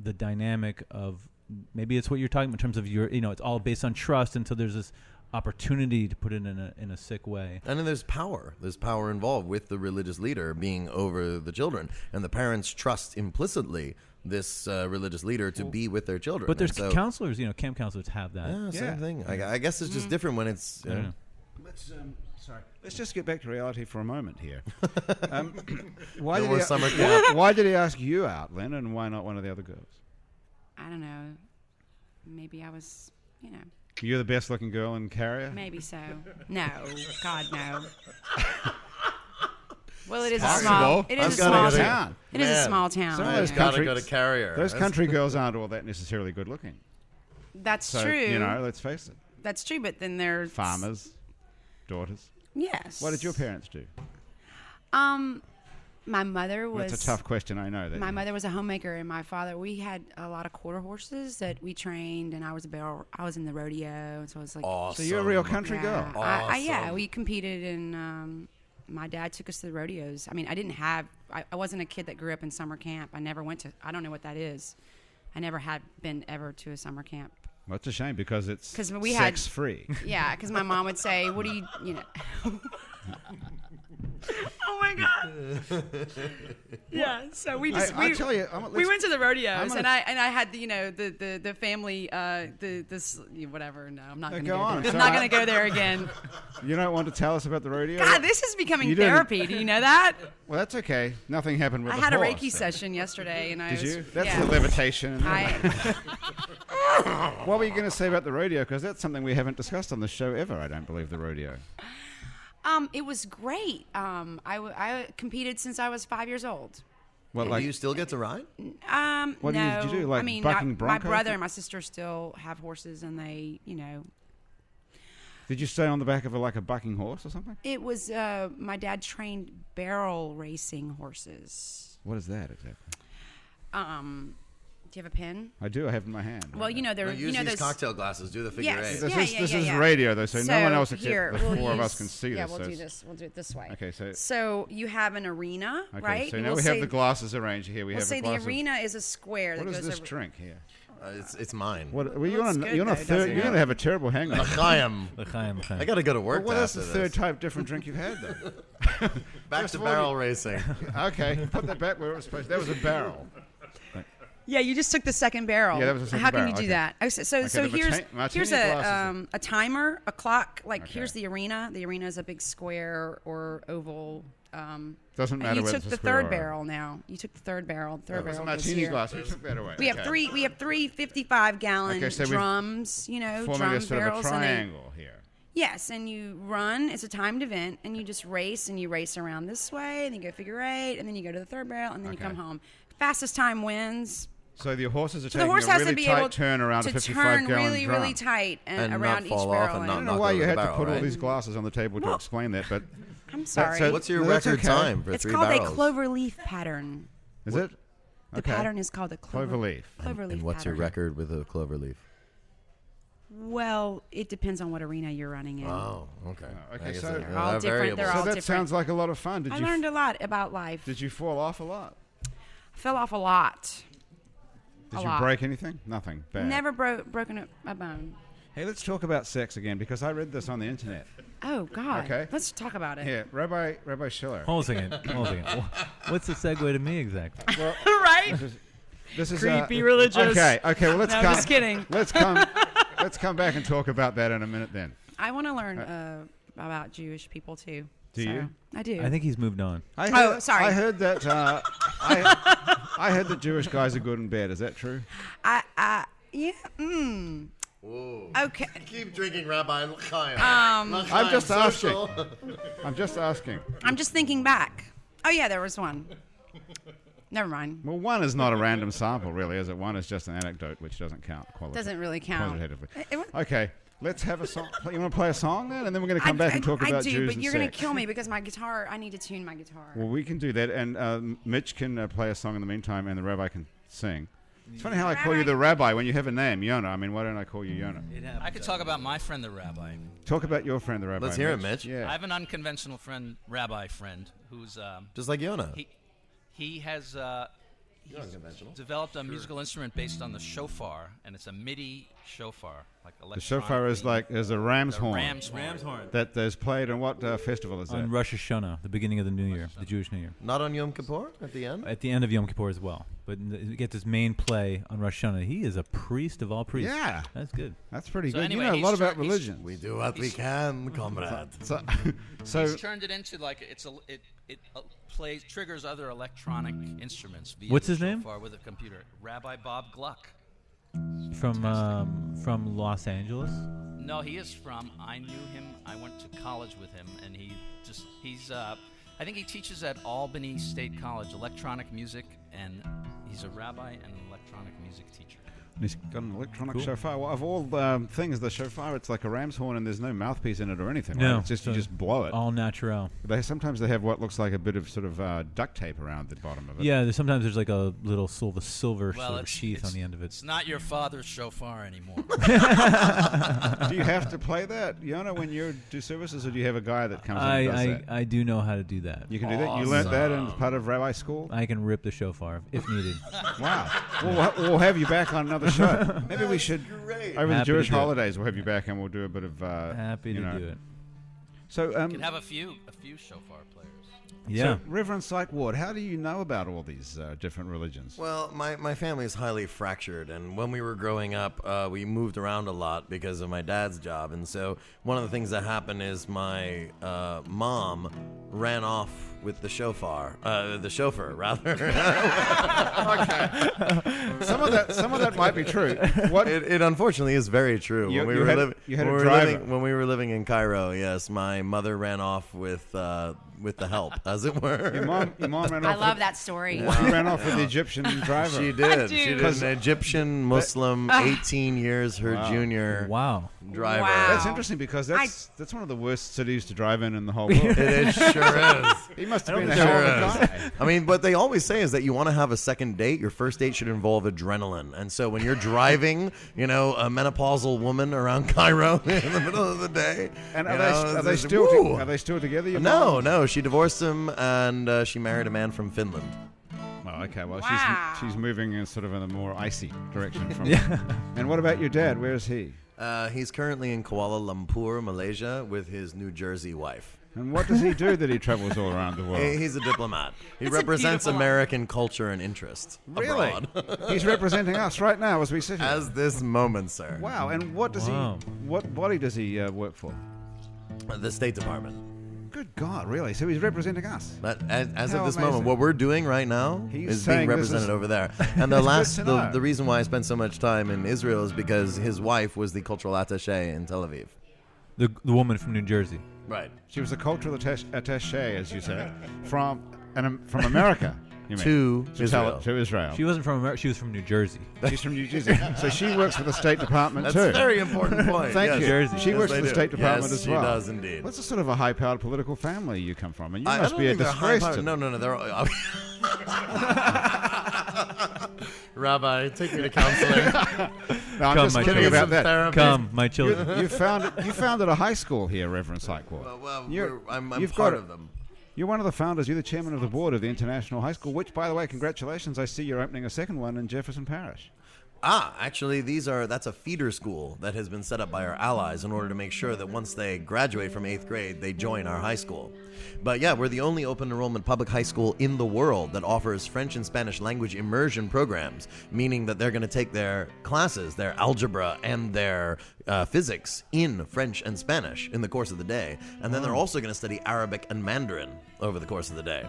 [SPEAKER 2] the dynamic of maybe it's what you're talking about in terms of your. You know, it's all based on trust, and so there's this opportunity to put it in a in a sick way.
[SPEAKER 3] And then there's power. There's power involved with the religious leader being over the children, and the parents trust implicitly this uh, religious leader to be with their children.
[SPEAKER 2] But there's
[SPEAKER 3] And so,
[SPEAKER 2] counselors. You know, camp counselors have that.
[SPEAKER 3] yeah, same
[SPEAKER 1] Yeah.
[SPEAKER 3] thing. I, I guess it's
[SPEAKER 4] Mm.
[SPEAKER 3] just different when it's. you know.
[SPEAKER 2] know.
[SPEAKER 1] Let's um, sorry. Let's just get back to reality for a moment here. [laughs] um, why
[SPEAKER 3] No
[SPEAKER 1] did
[SPEAKER 3] more
[SPEAKER 1] he,
[SPEAKER 4] [laughs]
[SPEAKER 3] summer
[SPEAKER 1] Why did he ask you out, Len, and why not one of the other girls?
[SPEAKER 4] I don't know. maybe I was, you know,
[SPEAKER 1] You're the best looking girl in Carrier.
[SPEAKER 4] maybe so. No, God, no. Well, it is a
[SPEAKER 1] possible.
[SPEAKER 4] small. It
[SPEAKER 1] I've
[SPEAKER 4] is a
[SPEAKER 1] got
[SPEAKER 4] small
[SPEAKER 1] another-
[SPEAKER 4] town. It is a
[SPEAKER 3] Man.
[SPEAKER 4] small town.
[SPEAKER 1] Some of
[SPEAKER 4] you
[SPEAKER 1] those
[SPEAKER 4] know.
[SPEAKER 3] Gotta
[SPEAKER 1] country-
[SPEAKER 3] go to Carrier.
[SPEAKER 1] Those
[SPEAKER 3] That's-
[SPEAKER 1] country girls aren't all that necessarily good looking.
[SPEAKER 4] That's
[SPEAKER 1] So,
[SPEAKER 4] true.
[SPEAKER 1] you know, let's face it.
[SPEAKER 4] That's true. But then there's
[SPEAKER 1] Farmers, daughters.
[SPEAKER 4] Yes.
[SPEAKER 1] What did your parents do?
[SPEAKER 4] Um, my mother was.
[SPEAKER 1] That's a tough question, I know. That
[SPEAKER 4] My mother was a homemaker, and my father. We had a lot of quarter horses that we trained, and I was a barrel. I was in the rodeo, and so I was like,
[SPEAKER 1] So
[SPEAKER 3] Awesome.
[SPEAKER 1] you're a real country
[SPEAKER 4] yeah,
[SPEAKER 1] girl.
[SPEAKER 4] I, I, yeah,
[SPEAKER 3] Awesome.
[SPEAKER 4] we competed, and um, my dad took us to the rodeos. I mean, I didn't have. I, I wasn't a kid that grew up in summer camp. I never went to. I don't know what that is. I never had been ever to a summer camp.
[SPEAKER 1] That's a shame because it's
[SPEAKER 4] 'Cause we had-
[SPEAKER 1] sex
[SPEAKER 4] [laughs]
[SPEAKER 1] free.
[SPEAKER 4] Yeah, because my mom would say, "What do you, you know?" [laughs] oh my god.
[SPEAKER 1] [laughs]
[SPEAKER 4] yeah. So we
[SPEAKER 1] I,
[SPEAKER 4] just
[SPEAKER 1] I
[SPEAKER 4] we,
[SPEAKER 1] tell you, I'm, let's,
[SPEAKER 4] we went to the rodeos,
[SPEAKER 1] gonna-
[SPEAKER 4] and I and I had the, you know the the the family uh the this whatever. No, I'm not
[SPEAKER 1] No,
[SPEAKER 4] gonna
[SPEAKER 1] Uh, go
[SPEAKER 4] go,
[SPEAKER 1] on,
[SPEAKER 4] there.
[SPEAKER 1] it's
[SPEAKER 4] I'm
[SPEAKER 1] all
[SPEAKER 4] not
[SPEAKER 1] right.
[SPEAKER 4] gonna go there again.
[SPEAKER 1] you don't want to tell us about the rodeo.
[SPEAKER 4] God, Ah, this is becoming
[SPEAKER 1] You didn't-
[SPEAKER 4] therapy. Do you
[SPEAKER 1] [laughs]
[SPEAKER 4] know that?
[SPEAKER 1] well, that's okay. Nothing happened with
[SPEAKER 4] I
[SPEAKER 1] the
[SPEAKER 4] had a
[SPEAKER 1] horse.
[SPEAKER 4] Reiki session yesterday, and I
[SPEAKER 1] Did
[SPEAKER 4] was,
[SPEAKER 1] you? That's
[SPEAKER 4] yeah.
[SPEAKER 1] the levitation. and [laughs]
[SPEAKER 4] I,
[SPEAKER 1] What were you going to say about the rodeo? Because that's something we haven't discussed on the show ever. I don't believe the rodeo.
[SPEAKER 4] um, it was great. Um, I, w- I competed since I was five years old.
[SPEAKER 1] Well, like
[SPEAKER 3] Do you still get to ride?
[SPEAKER 4] Um,
[SPEAKER 1] What do you-
[SPEAKER 4] no,
[SPEAKER 1] did you do, like,
[SPEAKER 4] I mean,
[SPEAKER 1] bucking
[SPEAKER 4] I- my
[SPEAKER 1] bronco?
[SPEAKER 4] brother and my sister still have horses, and they, you know,
[SPEAKER 1] Did you stay on the back of a, like a bucking horse or something?
[SPEAKER 4] it was uh, my dad trained barrel racing horses.
[SPEAKER 1] What is that exactly?
[SPEAKER 4] Um, do you have a pen?
[SPEAKER 1] I do. I have it in my hand.
[SPEAKER 4] Well, you know, there,
[SPEAKER 3] No,
[SPEAKER 4] you
[SPEAKER 3] use
[SPEAKER 4] know,
[SPEAKER 3] these
[SPEAKER 4] those.
[SPEAKER 3] cocktail glasses. Do the figure
[SPEAKER 4] Yes.
[SPEAKER 3] eight.
[SPEAKER 1] this
[SPEAKER 4] yeah,
[SPEAKER 1] is
[SPEAKER 4] yeah,
[SPEAKER 1] this
[SPEAKER 4] yeah,
[SPEAKER 1] is
[SPEAKER 4] yeah.
[SPEAKER 1] radio though, so, no one else except [laughs]
[SPEAKER 4] here,
[SPEAKER 1] the
[SPEAKER 4] we'll
[SPEAKER 1] 4 of
[SPEAKER 4] use-
[SPEAKER 1] us can see
[SPEAKER 4] yeah,
[SPEAKER 1] this.
[SPEAKER 4] we'll
[SPEAKER 1] so
[SPEAKER 4] do
[SPEAKER 1] it's-
[SPEAKER 4] this. We'll do it this way.
[SPEAKER 1] Okay, so-
[SPEAKER 4] so you have an arena,
[SPEAKER 1] Okay,
[SPEAKER 4] right?
[SPEAKER 1] so
[SPEAKER 4] And
[SPEAKER 1] now
[SPEAKER 4] we'll
[SPEAKER 1] we have
[SPEAKER 4] say-
[SPEAKER 1] the glasses arranged here. We
[SPEAKER 4] We'll
[SPEAKER 1] have
[SPEAKER 4] say
[SPEAKER 1] a
[SPEAKER 4] the
[SPEAKER 1] glass of-
[SPEAKER 4] arena is a square that
[SPEAKER 1] What
[SPEAKER 4] goes
[SPEAKER 1] is this
[SPEAKER 4] over.
[SPEAKER 1] drink here?
[SPEAKER 3] Uh, it's, it's mine.
[SPEAKER 1] What were you
[SPEAKER 4] looks
[SPEAKER 1] on? a-
[SPEAKER 4] good,
[SPEAKER 1] You're on a
[SPEAKER 4] though,
[SPEAKER 1] third.
[SPEAKER 4] doesn't
[SPEAKER 1] You're
[SPEAKER 4] it?
[SPEAKER 1] going to have a terrible hangover. [laughs]
[SPEAKER 3] L'chaim.
[SPEAKER 2] L'chaim, l'chaim.
[SPEAKER 3] I got to go to work.
[SPEAKER 1] What is
[SPEAKER 3] after
[SPEAKER 1] the
[SPEAKER 3] this.
[SPEAKER 1] third type different drink you've had [laughs] though?
[SPEAKER 3] Back
[SPEAKER 1] First
[SPEAKER 3] to
[SPEAKER 1] of all,
[SPEAKER 3] barrel
[SPEAKER 1] you- [laughs]
[SPEAKER 3] racing.
[SPEAKER 1] Okay, put that back where it was supposed. That was a barrel.
[SPEAKER 4] Yeah, you just took the second barrel.
[SPEAKER 1] Yeah, that was the second
[SPEAKER 4] How can
[SPEAKER 1] barrel,
[SPEAKER 4] you do
[SPEAKER 1] okay.
[SPEAKER 4] that? Oh, so so,
[SPEAKER 1] Okay,
[SPEAKER 4] so
[SPEAKER 1] the
[SPEAKER 4] here's
[SPEAKER 1] marti- martini
[SPEAKER 4] here's
[SPEAKER 1] glasses.
[SPEAKER 4] a um, a timer, a clock. Like
[SPEAKER 1] Okay.
[SPEAKER 4] here's the arena. The arena is a big square or oval. Um,
[SPEAKER 1] Doesn't
[SPEAKER 4] and
[SPEAKER 1] matter
[SPEAKER 4] You
[SPEAKER 1] whether
[SPEAKER 4] took
[SPEAKER 1] it's a
[SPEAKER 4] the
[SPEAKER 1] square or
[SPEAKER 4] third
[SPEAKER 1] a-
[SPEAKER 4] barrel now. You took the third barrel. The
[SPEAKER 1] It
[SPEAKER 4] third
[SPEAKER 1] was a
[SPEAKER 4] barrel. goes
[SPEAKER 1] martini
[SPEAKER 4] here.
[SPEAKER 1] glass. You took that away.
[SPEAKER 4] We
[SPEAKER 1] Okay.
[SPEAKER 4] have three. We have three 55 gallon
[SPEAKER 1] Okay, so we've
[SPEAKER 4] drums. You know,
[SPEAKER 1] forming
[SPEAKER 4] drum
[SPEAKER 1] a sort of a
[SPEAKER 4] barrels. and they-
[SPEAKER 1] triangle here.
[SPEAKER 4] yes, and you run. It's a timed event, and you just race and you race around this way, and then you go figure eight, and then you go to the third barrel, and then
[SPEAKER 1] Okay.
[SPEAKER 4] you come home. Fastest time wins.
[SPEAKER 1] So the horses are
[SPEAKER 4] So the
[SPEAKER 1] taking
[SPEAKER 4] horse
[SPEAKER 1] a
[SPEAKER 4] has
[SPEAKER 1] really
[SPEAKER 4] to be
[SPEAKER 1] tight
[SPEAKER 4] able
[SPEAKER 1] turn around
[SPEAKER 4] to
[SPEAKER 1] a 55
[SPEAKER 4] turn
[SPEAKER 1] gallon
[SPEAKER 4] really,
[SPEAKER 1] drum.
[SPEAKER 4] really tight and,
[SPEAKER 3] And not fall
[SPEAKER 4] around each
[SPEAKER 3] off
[SPEAKER 4] barrel.
[SPEAKER 3] and
[SPEAKER 1] I
[SPEAKER 4] and-
[SPEAKER 1] don't
[SPEAKER 3] Knock
[SPEAKER 1] know why
[SPEAKER 3] over
[SPEAKER 1] you
[SPEAKER 3] the
[SPEAKER 1] had to
[SPEAKER 3] barrel,
[SPEAKER 1] put all
[SPEAKER 3] right?
[SPEAKER 1] these glasses on the table to
[SPEAKER 4] Well-
[SPEAKER 1] explain that,
[SPEAKER 4] [laughs]
[SPEAKER 1] but
[SPEAKER 4] I'm sorry.
[SPEAKER 1] so-
[SPEAKER 3] What's your
[SPEAKER 1] No, that's
[SPEAKER 3] record
[SPEAKER 1] okay.
[SPEAKER 3] time for
[SPEAKER 4] it's
[SPEAKER 3] three
[SPEAKER 4] called
[SPEAKER 3] barrels?
[SPEAKER 4] a clover leaf pattern.
[SPEAKER 1] is it?
[SPEAKER 4] The pattern is called a clover,
[SPEAKER 1] Clover leaf.
[SPEAKER 4] Clover leaf
[SPEAKER 3] And what's your
[SPEAKER 4] pattern.
[SPEAKER 3] record with a clover leaf?
[SPEAKER 4] Well, it depends on what arena you're running in.
[SPEAKER 3] Oh, okay.
[SPEAKER 1] okay,
[SPEAKER 3] I guess
[SPEAKER 1] so-
[SPEAKER 3] that-
[SPEAKER 1] They're
[SPEAKER 3] that
[SPEAKER 4] all different,
[SPEAKER 3] variable.
[SPEAKER 4] they're
[SPEAKER 1] So
[SPEAKER 4] all
[SPEAKER 1] that
[SPEAKER 4] different.
[SPEAKER 1] sounds like a lot of fun. Did
[SPEAKER 4] I
[SPEAKER 1] you
[SPEAKER 4] learned a lot about life.
[SPEAKER 1] did you fall off a lot?
[SPEAKER 4] Fell off a lot.
[SPEAKER 1] Did
[SPEAKER 4] A
[SPEAKER 1] you
[SPEAKER 4] lot.
[SPEAKER 1] break anything? Nothing. Bad.
[SPEAKER 4] Never bro- broken a, a bone.
[SPEAKER 1] Hey, let's talk about sex again because I read this on the internet.
[SPEAKER 4] Oh God.
[SPEAKER 1] Okay.
[SPEAKER 4] Let's talk about it.
[SPEAKER 1] Yeah, Rabbi Rabbi Schiller.
[SPEAKER 2] Hold a second. Hold a second. Wh- What's the segue to me exactly?
[SPEAKER 4] [laughs] right.
[SPEAKER 1] This is uh,
[SPEAKER 4] Creepy religious.
[SPEAKER 1] Okay, okay. Well, let's
[SPEAKER 4] No, I'm
[SPEAKER 1] come.
[SPEAKER 4] just kidding.
[SPEAKER 1] Let's
[SPEAKER 4] [laughs]
[SPEAKER 1] come. let's come back and talk about that in a minute then.
[SPEAKER 4] I want to learn uh, about Jewish people too.
[SPEAKER 1] Do
[SPEAKER 4] so,
[SPEAKER 1] you?
[SPEAKER 4] I do.
[SPEAKER 2] I think he's moved on.
[SPEAKER 1] I
[SPEAKER 4] Oh,
[SPEAKER 1] heard-
[SPEAKER 4] sorry.
[SPEAKER 1] I heard that. Uh, I, I heard that Jewish guys are good in bed. Is that true?
[SPEAKER 4] I, I yeah. Mm. Okay.
[SPEAKER 3] Keep drinking, Rabbi L'chaim. Um,
[SPEAKER 1] I'm just asking. I'm just asking.
[SPEAKER 4] I'm just thinking back. Oh yeah, there was one. Never mind.
[SPEAKER 1] Well, one is not a random sample, really, is it? One is just an anecdote, which doesn't count. Qualitatively.
[SPEAKER 4] Doesn't really count.
[SPEAKER 1] Qualitatively.
[SPEAKER 4] It- it was-
[SPEAKER 1] Okay, let's have a song. You want to play a song then, and then we're going to come
[SPEAKER 4] I,
[SPEAKER 1] back and
[SPEAKER 4] I-
[SPEAKER 1] talk
[SPEAKER 4] I
[SPEAKER 1] about
[SPEAKER 4] do,
[SPEAKER 1] Jews
[SPEAKER 4] but
[SPEAKER 1] and
[SPEAKER 4] you're gonna
[SPEAKER 1] sex.
[SPEAKER 4] kill me because my guitar. I need to tune my guitar.
[SPEAKER 1] Well, we can do that, and uh, Mitch can uh, play a song in the meantime, and the rabbi can sing. It's funny how I call you the rabbi when you have a name, Yona. I mean, why don't I call you Yona?
[SPEAKER 5] I could talk about my friend, the rabbi.
[SPEAKER 1] Talk about your friend, the rabbi.
[SPEAKER 3] Let's hear it, Mitch.
[SPEAKER 5] I
[SPEAKER 1] Yeah.
[SPEAKER 5] have an unconventional friend, rabbi friend, who's um,
[SPEAKER 3] Just like Yona.
[SPEAKER 5] he he has uh,
[SPEAKER 3] You're unconventional.
[SPEAKER 5] developed a musical instrument based on the shofar, and it's a MIDI shofar, like
[SPEAKER 1] The shofar is like is a ram's horn
[SPEAKER 5] ram's horn.
[SPEAKER 1] that is played on what uh, festival is
[SPEAKER 2] On
[SPEAKER 1] that?
[SPEAKER 2] Rosh Hashanah, the beginning of the New Year, the Jewish New Year.
[SPEAKER 3] Not on Yom Kippur at the end?
[SPEAKER 2] At the end of Yom Kippur as well. But n- he gets his main play on Rosh Hashanah. He is a priest of all priests.
[SPEAKER 1] Yeah.
[SPEAKER 2] That's good.
[SPEAKER 1] That's pretty
[SPEAKER 5] So
[SPEAKER 1] good.
[SPEAKER 5] anyway,
[SPEAKER 1] you know a
[SPEAKER 5] he's
[SPEAKER 1] lot about
[SPEAKER 5] tr- he's-
[SPEAKER 1] religion.
[SPEAKER 3] We do what we can, comrade.
[SPEAKER 1] So, [laughs] so
[SPEAKER 5] He's turned it into like it's a it it uh, plays triggers other electronic instruments. Via
[SPEAKER 2] What's
[SPEAKER 5] the
[SPEAKER 2] his name?
[SPEAKER 5] Shofar with a computer. Rabbi Bob Gluck.
[SPEAKER 2] from um, from Los Angeles.
[SPEAKER 5] No, he is from. I knew him. I went to college with him, and he just he's. Uh, I think he teaches at Albany State College electronic music, and he's a rabbi and an electronic music teacher.
[SPEAKER 1] And he's got an electronic shofar. Well, of all the um, things, the shofar, it's like a ram's horn and there's no mouthpiece in it or anything. right?
[SPEAKER 2] No,
[SPEAKER 1] It's just, you
[SPEAKER 2] so- Oh.
[SPEAKER 1] just blow it.
[SPEAKER 2] All natural.
[SPEAKER 1] They, sometimes they have what looks like a bit of sort of uh, duct tape around the bottom of it.
[SPEAKER 2] Yeah, there's, sometimes there's like a little silver silver sort of
[SPEAKER 5] it's-
[SPEAKER 2] sheath
[SPEAKER 5] it's-
[SPEAKER 2] on the end of it.
[SPEAKER 5] It's not your father's
[SPEAKER 2] [laughs]
[SPEAKER 5] shofar anymore.
[SPEAKER 1] Do you have to play that, Yona, when you do services, or do you have a guy that comes in and does
[SPEAKER 2] I,
[SPEAKER 1] that?
[SPEAKER 2] I, I do know how to do that.
[SPEAKER 1] You can do that. You learnt that in part of rabbi
[SPEAKER 2] [laughs]
[SPEAKER 1] school.
[SPEAKER 2] I can rip the shofar if needed.
[SPEAKER 1] [laughs] Wow. We'll, ha- we'll have you back on another
[SPEAKER 2] [laughs]
[SPEAKER 1] show. Maybe we should
[SPEAKER 3] Great.
[SPEAKER 1] over the
[SPEAKER 2] Happy to
[SPEAKER 1] Jewish
[SPEAKER 2] do it.
[SPEAKER 1] holidays. We'll have you back and we'll do a bit of. Uh,
[SPEAKER 2] Happy
[SPEAKER 1] you
[SPEAKER 2] to
[SPEAKER 1] know.
[SPEAKER 2] do it.
[SPEAKER 1] So, um,
[SPEAKER 5] Can have a few a few shofar players.
[SPEAKER 2] Yeah.
[SPEAKER 1] so, Reverend Syke Ward, how do you know about all these uh, different religions?
[SPEAKER 3] Well, my, my family is highly fractured, and when we were growing up, uh, we moved around a lot because of my dad's job. And so, one of the things that happened is my uh, mom ran off with the shofar, uh, the chauffeur, [laughs] rather.
[SPEAKER 1] some of that, some of that might be true. What?
[SPEAKER 3] it, it unfortunately is very true.
[SPEAKER 1] You-
[SPEAKER 3] when we
[SPEAKER 1] you
[SPEAKER 3] were,
[SPEAKER 1] had-
[SPEAKER 3] liv-
[SPEAKER 1] you had
[SPEAKER 3] when
[SPEAKER 1] a
[SPEAKER 3] we were living
[SPEAKER 1] driver.
[SPEAKER 3] when we were living in Cairo, yes, my mother ran off with uh, with the help, [laughs] as it were.
[SPEAKER 1] your mom, your mom ran off.
[SPEAKER 4] I love
[SPEAKER 1] with,
[SPEAKER 4] that story.
[SPEAKER 1] She ran off with the
[SPEAKER 4] [laughs]
[SPEAKER 1] Egyptian driver.
[SPEAKER 3] She did.
[SPEAKER 4] do.
[SPEAKER 3] She did
[SPEAKER 1] Because-
[SPEAKER 3] an Egyptian Muslim,
[SPEAKER 1] Ah.
[SPEAKER 3] 18 years her junior
[SPEAKER 2] wow.
[SPEAKER 3] driver.
[SPEAKER 4] Wow.
[SPEAKER 1] That's interesting because that's that's one of the worst cities to drive in in the
[SPEAKER 4] [laughs]
[SPEAKER 1] whole world. [laughs]
[SPEAKER 3] It is, sure is.
[SPEAKER 1] he must have been a
[SPEAKER 3] Sure
[SPEAKER 1] hell of a
[SPEAKER 3] is.
[SPEAKER 1] guy.
[SPEAKER 3] I mean, what they always say is that you want to have a second date. Your first date should involve adrenaline. And so when you're driving, you know, a menopausal woman around [laughs] Cairo in the middle of the day,
[SPEAKER 1] And
[SPEAKER 3] you
[SPEAKER 1] are,
[SPEAKER 3] know,
[SPEAKER 1] they, are
[SPEAKER 3] it's
[SPEAKER 1] they
[SPEAKER 3] just,
[SPEAKER 1] still
[SPEAKER 3] woo.
[SPEAKER 1] are they still together? your
[SPEAKER 3] no,
[SPEAKER 1] mom?
[SPEAKER 3] no. She divorced him, and uh, she married a man from Finland.
[SPEAKER 1] Well, Oh, okay. Well,
[SPEAKER 4] Wow.
[SPEAKER 1] she's she's moving in sort of in a more icy direction from. [laughs] And what about your dad? Where is he?
[SPEAKER 3] Uh, he's currently in Kuala Lumpur, Malaysia, with his New Jersey wife.
[SPEAKER 1] And what does he do that he travels all around the
[SPEAKER 3] He-
[SPEAKER 1] world?
[SPEAKER 3] He's a diplomat. He
[SPEAKER 4] That's a
[SPEAKER 3] represents
[SPEAKER 4] beautiful life.
[SPEAKER 3] American culture and interest abroad.
[SPEAKER 1] He's representing us right now as we sit here.
[SPEAKER 3] [laughs] As this moment, sir.
[SPEAKER 1] wow. And what does
[SPEAKER 2] Wow.
[SPEAKER 1] he? What body does he uh, work for?
[SPEAKER 3] The State Department.
[SPEAKER 1] Good God, really? So he's representing us.
[SPEAKER 3] But as, as
[SPEAKER 1] How
[SPEAKER 3] of this
[SPEAKER 1] amazing.
[SPEAKER 3] moment, what we're doing right now
[SPEAKER 1] He's
[SPEAKER 3] is being
[SPEAKER 1] saying this
[SPEAKER 3] represented
[SPEAKER 1] is-
[SPEAKER 3] over
[SPEAKER 1] [laughs]
[SPEAKER 3] there. And the
[SPEAKER 1] good
[SPEAKER 3] last,
[SPEAKER 1] to
[SPEAKER 3] the,
[SPEAKER 1] know.
[SPEAKER 3] the reason why I spent so much time in Israel is because his wife was the cultural attaché in Tel Aviv.
[SPEAKER 2] The, the woman from New Jersey.
[SPEAKER 3] Right.
[SPEAKER 1] She was a cultural attache, attaché, as you said, from and from
[SPEAKER 3] [laughs]
[SPEAKER 1] America. You mean,
[SPEAKER 3] To
[SPEAKER 1] Tel-
[SPEAKER 3] Israel.
[SPEAKER 1] to Israel.
[SPEAKER 2] She wasn't from America. She was from New Jersey.
[SPEAKER 1] She's from New Jersey, [laughs] so she works for the State Department
[SPEAKER 3] That's
[SPEAKER 1] too.
[SPEAKER 3] a very important point.
[SPEAKER 1] [laughs] Thank
[SPEAKER 3] yes.
[SPEAKER 1] you.
[SPEAKER 2] Jersey.
[SPEAKER 1] She
[SPEAKER 2] Yes,
[SPEAKER 1] works
[SPEAKER 3] they
[SPEAKER 1] for the
[SPEAKER 3] do.
[SPEAKER 1] State Department
[SPEAKER 3] Yes,
[SPEAKER 1] as
[SPEAKER 3] she
[SPEAKER 1] well.
[SPEAKER 3] does indeed.
[SPEAKER 1] What's the sort of a high-powered political family you come from? And you
[SPEAKER 3] I, I
[SPEAKER 1] must
[SPEAKER 3] don't
[SPEAKER 1] be a
[SPEAKER 3] think they're high
[SPEAKER 1] disgrace to
[SPEAKER 3] power- No, no, no. They're
[SPEAKER 1] [laughs]
[SPEAKER 3] all, [laughs] Rabbi, take me to counseling.
[SPEAKER 1] No, I'm
[SPEAKER 2] Come,
[SPEAKER 1] just
[SPEAKER 2] my
[SPEAKER 1] kidding
[SPEAKER 2] children.
[SPEAKER 1] about that.
[SPEAKER 2] Come,
[SPEAKER 1] [laughs]
[SPEAKER 2] my children.
[SPEAKER 1] You, you found
[SPEAKER 3] [laughs]
[SPEAKER 1] you founded a high school here, Reverend Sykewood.
[SPEAKER 3] Well, well,
[SPEAKER 1] You're-
[SPEAKER 3] we're, I'm, I'm
[SPEAKER 1] you've
[SPEAKER 3] part
[SPEAKER 1] got-
[SPEAKER 3] of them.
[SPEAKER 1] You're one of the founders. You're the chairman of the board of the International High School. Which, by the way, congratulations! I see you're opening a second one in Jefferson Parish.
[SPEAKER 3] Ah, actually, these are that's a feeder school that has been set up by our allies in order to make sure that once they graduate from eighth grade, they join our high school. But yeah, we're the only open enrollment public high school in the world that offers French and Spanish language immersion programs, meaning that they're going to take their classes, their algebra and their uh, physics in French and Spanish in the course of the day, and then they're also going to study Arabic and Mandarin over the course of the day.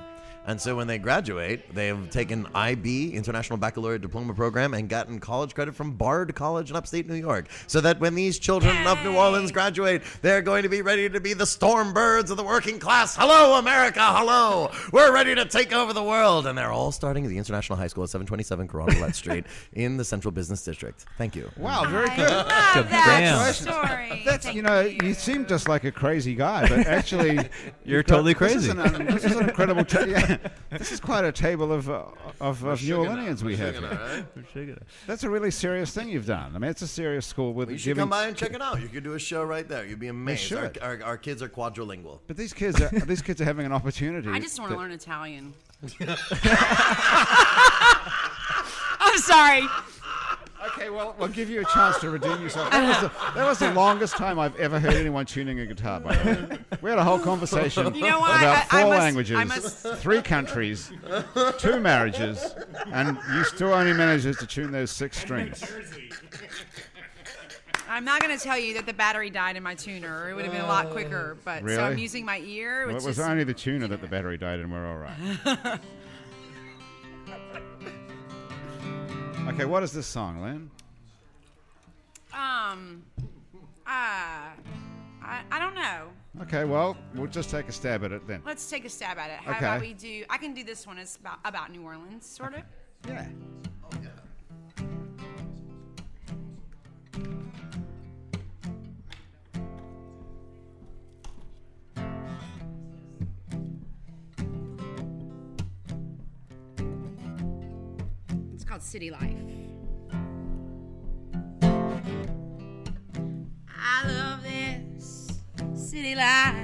[SPEAKER 3] And so when they graduate, they have taken IB, International Baccalaureate Diploma Program, and gotten college credit from Bard College in upstate New York. So that when these children of New Orleans graduate, they're going to be ready to be the storm birds of the working class. Hello, America. Hello. We're ready to take over the world. And they're all starting at the International High School at 727 Carondelet [laughs] Street in the Central Business District. Thank you.
[SPEAKER 1] Wow, very [laughs]
[SPEAKER 4] I
[SPEAKER 1] good.
[SPEAKER 4] love
[SPEAKER 2] Damn.
[SPEAKER 4] that story.
[SPEAKER 1] That's
[SPEAKER 4] Thank
[SPEAKER 1] you know, you seem just like a crazy guy, but actually,
[SPEAKER 2] You're
[SPEAKER 1] you've got-
[SPEAKER 2] totally
[SPEAKER 1] this is
[SPEAKER 2] crazy.
[SPEAKER 1] an- um, This is, an, incredible. Ta- yeah. this is quite a table of uh, of, of New Orleans we have. Here. That's a really serious thing you've done. I mean, it's a serious school with
[SPEAKER 3] You should
[SPEAKER 1] giving.
[SPEAKER 3] come by and check it out. You could do a show right there. You'd be amazed. Our,
[SPEAKER 1] should.
[SPEAKER 3] our, our kids are quadrilingual.
[SPEAKER 1] but these kids, are, these kids are having an opportunity.
[SPEAKER 4] I just want
[SPEAKER 1] that-
[SPEAKER 4] to
[SPEAKER 1] [laughs]
[SPEAKER 4] learn Italian. [laughs] I'm sorry.
[SPEAKER 1] Okay, well, we'll give you a chance to redeem yourself. That was, the, that was the longest time I've ever heard anyone tuning a guitar. By the way, we had a whole conversation
[SPEAKER 4] You know what?
[SPEAKER 1] about
[SPEAKER 4] I-
[SPEAKER 1] four
[SPEAKER 4] I must-
[SPEAKER 1] languages,
[SPEAKER 4] I must-
[SPEAKER 1] three countries, two marriages, and you still only manages to tune those six strings.
[SPEAKER 4] I'm not going to tell you that the battery died in my tuner. or It would have been a lot quicker, but so I'm
[SPEAKER 1] Uh, Really?
[SPEAKER 4] using my ear,
[SPEAKER 1] Well,
[SPEAKER 4] which
[SPEAKER 1] it was
[SPEAKER 4] is
[SPEAKER 1] only the tuner that the battery died, and we're all right. okay, what is this song, Len?
[SPEAKER 4] Um, uh, I, I don't know.
[SPEAKER 1] Okay, well, we'll just take a stab at it then.
[SPEAKER 4] Let's take a stab at it. How about
[SPEAKER 1] Okay.
[SPEAKER 4] we do? I can do this one. It's about about New Orleans, sort of.
[SPEAKER 1] Yeah.
[SPEAKER 4] It's called City Life. I love this city life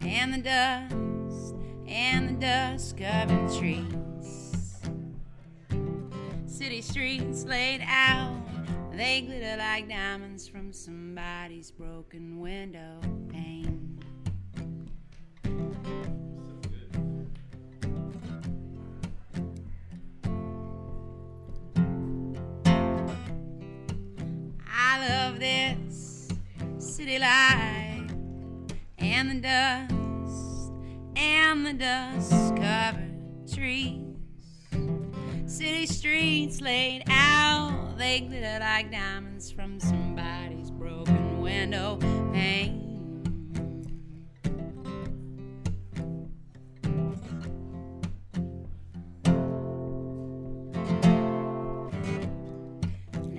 [SPEAKER 4] and the dust and the dust covered trees. City streets laid out, they glitter like diamonds from somebody's broken window pane. I love this city life and the dust and the dust covered trees. City streets laid out, they glitter like diamonds from somebody's broken window pane.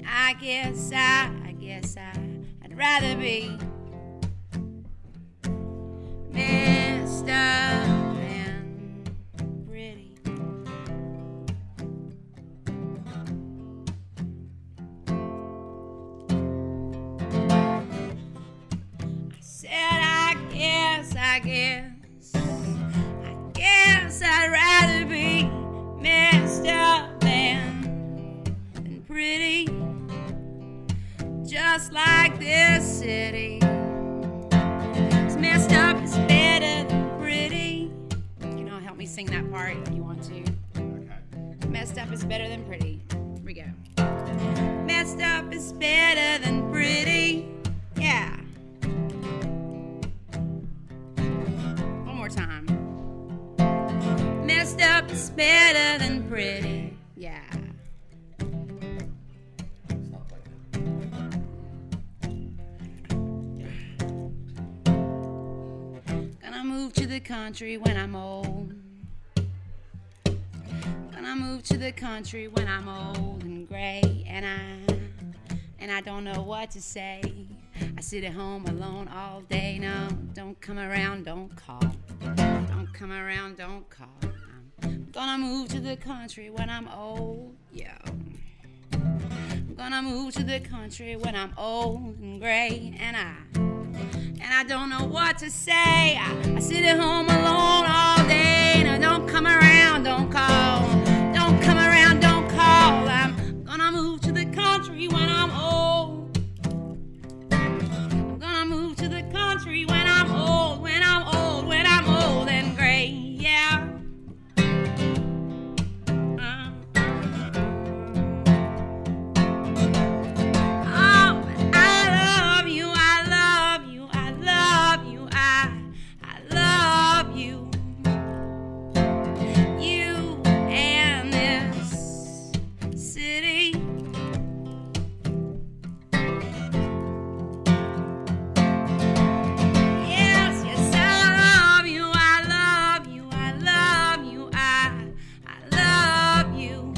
[SPEAKER 4] I guess I, I guess I, I'd rather be messed up and pretty. I said, I guess, I guess, I guess I'd rather be messed up than, than pretty just like this city. It's messed up, it's better than pretty. You can all help me sing that part if you want to. Messed up is better than pretty. Here we go. Messed up is better than pretty. Yeah. One more time. Messed up is better than pretty. Yeah. Gonna move to the country when I'm old. Gonna move to the country when I'm old and gray and I and I don't know what to say. I sit at home alone all day. No, don't come around, don't call. Don't come around, don't call. I'm gonna move to the country when I'm old. Yo. I'm gonna move to the country when I'm old and gray and I and I don't know what to say. I, I sit at home alone all day and I don't come around, don't call. Don't come around, don't call. I'm gonna move to the country when I'm old. I'm gonna move to the country when I'm old, when I'm old, when I'm old and gray. Yeah. Uh. Oh, I love you, I love you, I love you, I, I love you. You and this city. Yes, yes, I love you, I love you, I love you, I, I love you.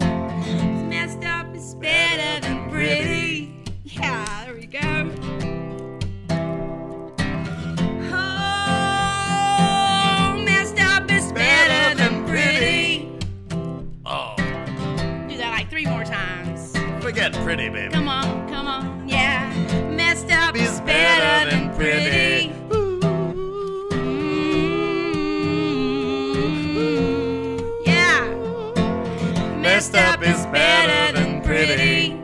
[SPEAKER 4] It's messed up is better than pretty. Yeah, there we go. Oh, messed up is better than pretty.
[SPEAKER 3] Oh,
[SPEAKER 4] Do that like three more times.
[SPEAKER 3] forget pretty, baby.
[SPEAKER 4] Come on, come on, yeah. Messed up is
[SPEAKER 3] Is
[SPEAKER 4] better
[SPEAKER 3] better
[SPEAKER 4] than
[SPEAKER 3] than
[SPEAKER 4] pretty. Mm-hmm.
[SPEAKER 3] pretty.
[SPEAKER 4] Mm, Yeah. Messed up is better than pretty.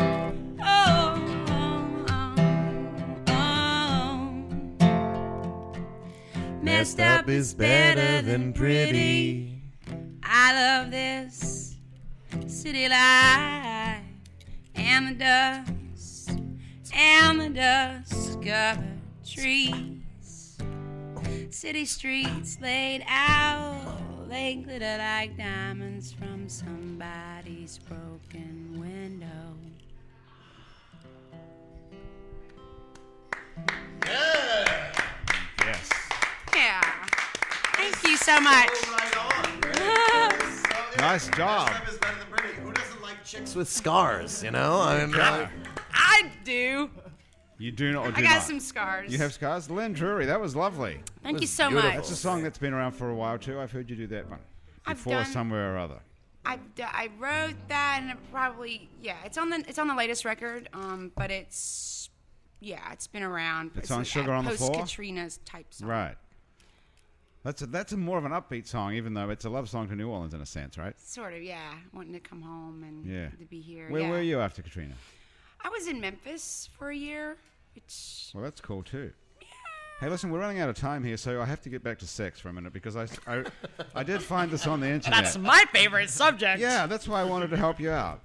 [SPEAKER 4] Oh, oh, oh, oh. Messed up is better than pretty. I love this city life and the dust and the dust covered trees. City streets laid out, they glitter like diamonds from somebody's broken window so much. [laughs]
[SPEAKER 1] Nice job.
[SPEAKER 3] Who doesn't like chicks with scars? You know, I mean, uh,
[SPEAKER 4] I do.
[SPEAKER 1] You do not. Or do
[SPEAKER 4] I got
[SPEAKER 1] not.
[SPEAKER 4] some scars.
[SPEAKER 1] You have scars. Lynn Drury, that was lovely.
[SPEAKER 4] Thank
[SPEAKER 3] This
[SPEAKER 4] you
[SPEAKER 3] is
[SPEAKER 4] so
[SPEAKER 3] beautiful.
[SPEAKER 4] much.
[SPEAKER 1] That's a song that's been around for a while too. I've heard you do that one
[SPEAKER 4] I've
[SPEAKER 1] before
[SPEAKER 4] done-
[SPEAKER 1] somewhere or other.
[SPEAKER 4] I, I wrote that and it probably yeah it's on the it's on the latest record um but it's yeah it's been around
[SPEAKER 1] It's on Sugar on the Floor?
[SPEAKER 4] post Katrina's type song
[SPEAKER 1] Right. That's a, that's a more of an upbeat song, even though it's a love song to New Orleans in a sense, right?
[SPEAKER 4] sort of yeah wanting to come home and
[SPEAKER 1] Yeah.
[SPEAKER 4] to be here
[SPEAKER 1] Where
[SPEAKER 4] yeah.
[SPEAKER 1] were you after Katrina?
[SPEAKER 4] I was in Memphis for a year which
[SPEAKER 1] Well, that's cool too. Hey, listen, we're running out of time here, so I have to get back to sex for a minute because I, I, I did find this on the internet.
[SPEAKER 4] that's my favorite subject
[SPEAKER 1] yeah, that's why I wanted to help you out.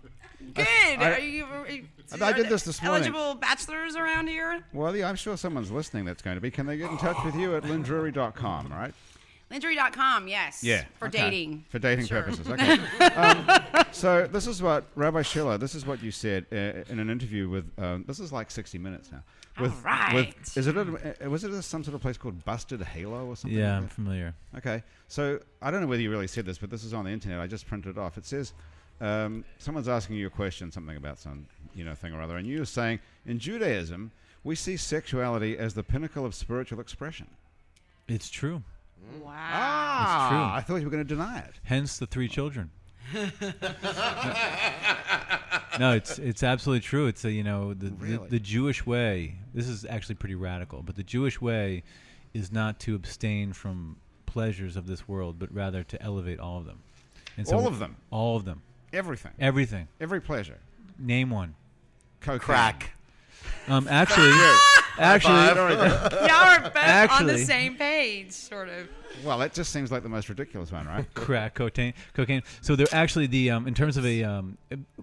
[SPEAKER 4] good
[SPEAKER 1] I-
[SPEAKER 4] are you, are you-
[SPEAKER 1] I did this this morning.
[SPEAKER 4] eligible bachelors around here
[SPEAKER 1] Well, yeah, I'm sure someone's listening that's going to be. Can they get in touch with you at lindrury.com, right?
[SPEAKER 4] Lindry.com yes
[SPEAKER 1] Yeah.
[SPEAKER 4] for
[SPEAKER 1] okay.
[SPEAKER 4] dating
[SPEAKER 1] For dating
[SPEAKER 4] Sure.
[SPEAKER 1] purposes.
[SPEAKER 4] [laughs]
[SPEAKER 1] Okay. um, so this is what Rabbi Schiller. This is what you said uh, in an interview with. Um, this is like sixty minutes now. With,
[SPEAKER 4] All right.
[SPEAKER 1] with- is it? A, uh, was it a, some sort of place called Busted Halo or something?
[SPEAKER 2] Yeah, I'm
[SPEAKER 1] like that?
[SPEAKER 2] familiar.
[SPEAKER 1] Okay. So I don't know whether you really said this, but this is on the internet. I just printed it off. It says. Um, someone's asking you a question, something about some you know thing or other, and you're saying in Judaism we see sexuality as the pinnacle of spiritual expression.
[SPEAKER 2] It's true.
[SPEAKER 1] [laughs]
[SPEAKER 4] wow
[SPEAKER 1] Ah, I thought you were going to deny it.
[SPEAKER 2] Hence the three
[SPEAKER 1] [laughs]
[SPEAKER 2] children. no, it's it's absolutely true. It's a, you know the,
[SPEAKER 1] Really?
[SPEAKER 2] the the Jewish way. This is actually pretty radical, but the Jewish way is not to abstain from pleasures of this world, but rather to elevate all of them. And
[SPEAKER 1] All of them?
[SPEAKER 2] All of them.
[SPEAKER 1] Everything,
[SPEAKER 2] Everything.
[SPEAKER 1] every pleasure.
[SPEAKER 2] Name one.
[SPEAKER 1] Cocaine.
[SPEAKER 3] crack.
[SPEAKER 2] Um, actually, actually,
[SPEAKER 4] y'all are both on the
[SPEAKER 2] Actually-
[SPEAKER 4] same page sort of
[SPEAKER 1] Well, that just seems like the most ridiculous one,
[SPEAKER 2] [laughs]
[SPEAKER 1] right?
[SPEAKER 2] crack cocaine cocaine so they're actually the um, in terms of a um,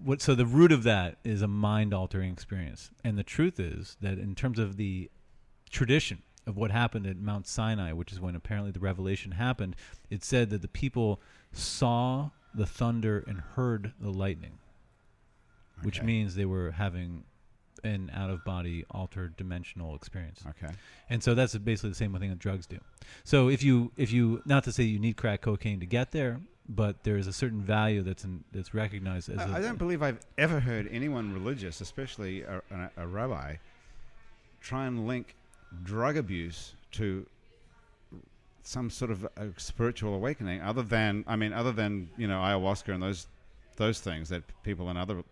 [SPEAKER 2] what so the root of that is a mind altering experience and the truth is that in terms of the tradition of what happened at mount sinai which is when apparently the revelation happened it said that the people saw the thunder and heard the lightning which
[SPEAKER 1] Okay.
[SPEAKER 2] means they were having an out of body altered dimensional experience
[SPEAKER 1] Okay.
[SPEAKER 2] and so that's basically the same thing that drugs do. So if you if you not to say you need crack cocaine to get there, but there is a certain value that's in, that's recognized as a
[SPEAKER 1] I I don't believe I've ever heard anyone religious, especially a, a, a rabbi, try and link drug abuse to some sort of a spiritual awakening. Other than, I mean, other than you know ayahuasca and those those things that people in other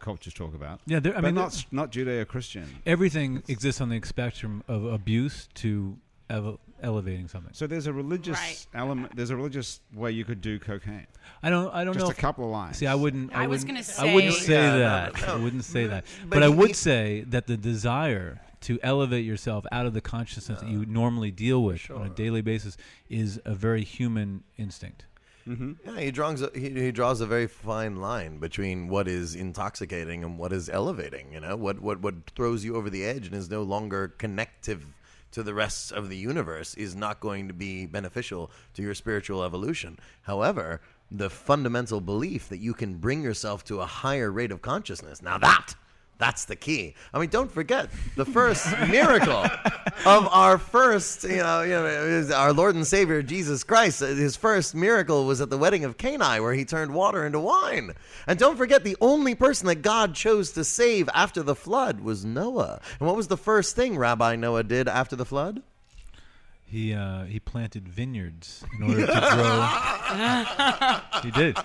[SPEAKER 1] cultures talk about.
[SPEAKER 2] Yeah, there- I
[SPEAKER 1] but
[SPEAKER 2] mean,
[SPEAKER 1] not
[SPEAKER 2] there-
[SPEAKER 1] not Judeo-Christian.
[SPEAKER 2] everything exists on the spectrum of abuse to ev- elevating something.
[SPEAKER 1] So there's a religious
[SPEAKER 4] Right.
[SPEAKER 1] element. There's a religious way you could do cocaine.
[SPEAKER 2] I don't I don't
[SPEAKER 1] Just
[SPEAKER 2] know
[SPEAKER 1] a
[SPEAKER 2] if-
[SPEAKER 1] couple of lines.
[SPEAKER 2] See, I wouldn't. I,
[SPEAKER 4] I was
[SPEAKER 2] wouldn't-
[SPEAKER 4] gonna
[SPEAKER 2] I wouldn't
[SPEAKER 4] say-
[SPEAKER 2] say
[SPEAKER 3] Yeah, no,
[SPEAKER 2] that.
[SPEAKER 3] no.
[SPEAKER 2] I
[SPEAKER 1] [laughs]
[SPEAKER 2] wouldn't say that.
[SPEAKER 3] But
[SPEAKER 2] But, I
[SPEAKER 3] you
[SPEAKER 2] would
[SPEAKER 3] need-
[SPEAKER 2] say that the desire to elevate yourself out of the consciousness that you normally deal with on a daily basis is a very human instinct.
[SPEAKER 3] Yeah, he draws a, he, he draws a very fine line between what is intoxicating and what is elevating. You know, what what what throws you over the edge and is no longer connective to the rest of the universe is not going to be beneficial to your spiritual evolution. However, the fundamental belief that you can bring yourself to a higher rate of consciousness now that that's the key. I mean, don't forget the first miracle of our first, you know, you know, is our Lord and Savior Jesus Christ. His first miracle was at the wedding of Cana, where he turned water into wine. And don't forget, the only person that God chose to save after the flood was Noah. And what was the first thing Rabbi Noah did after the flood?
[SPEAKER 2] He uh, he planted vineyards in order
[SPEAKER 4] [laughs]
[SPEAKER 2] to grow. he did,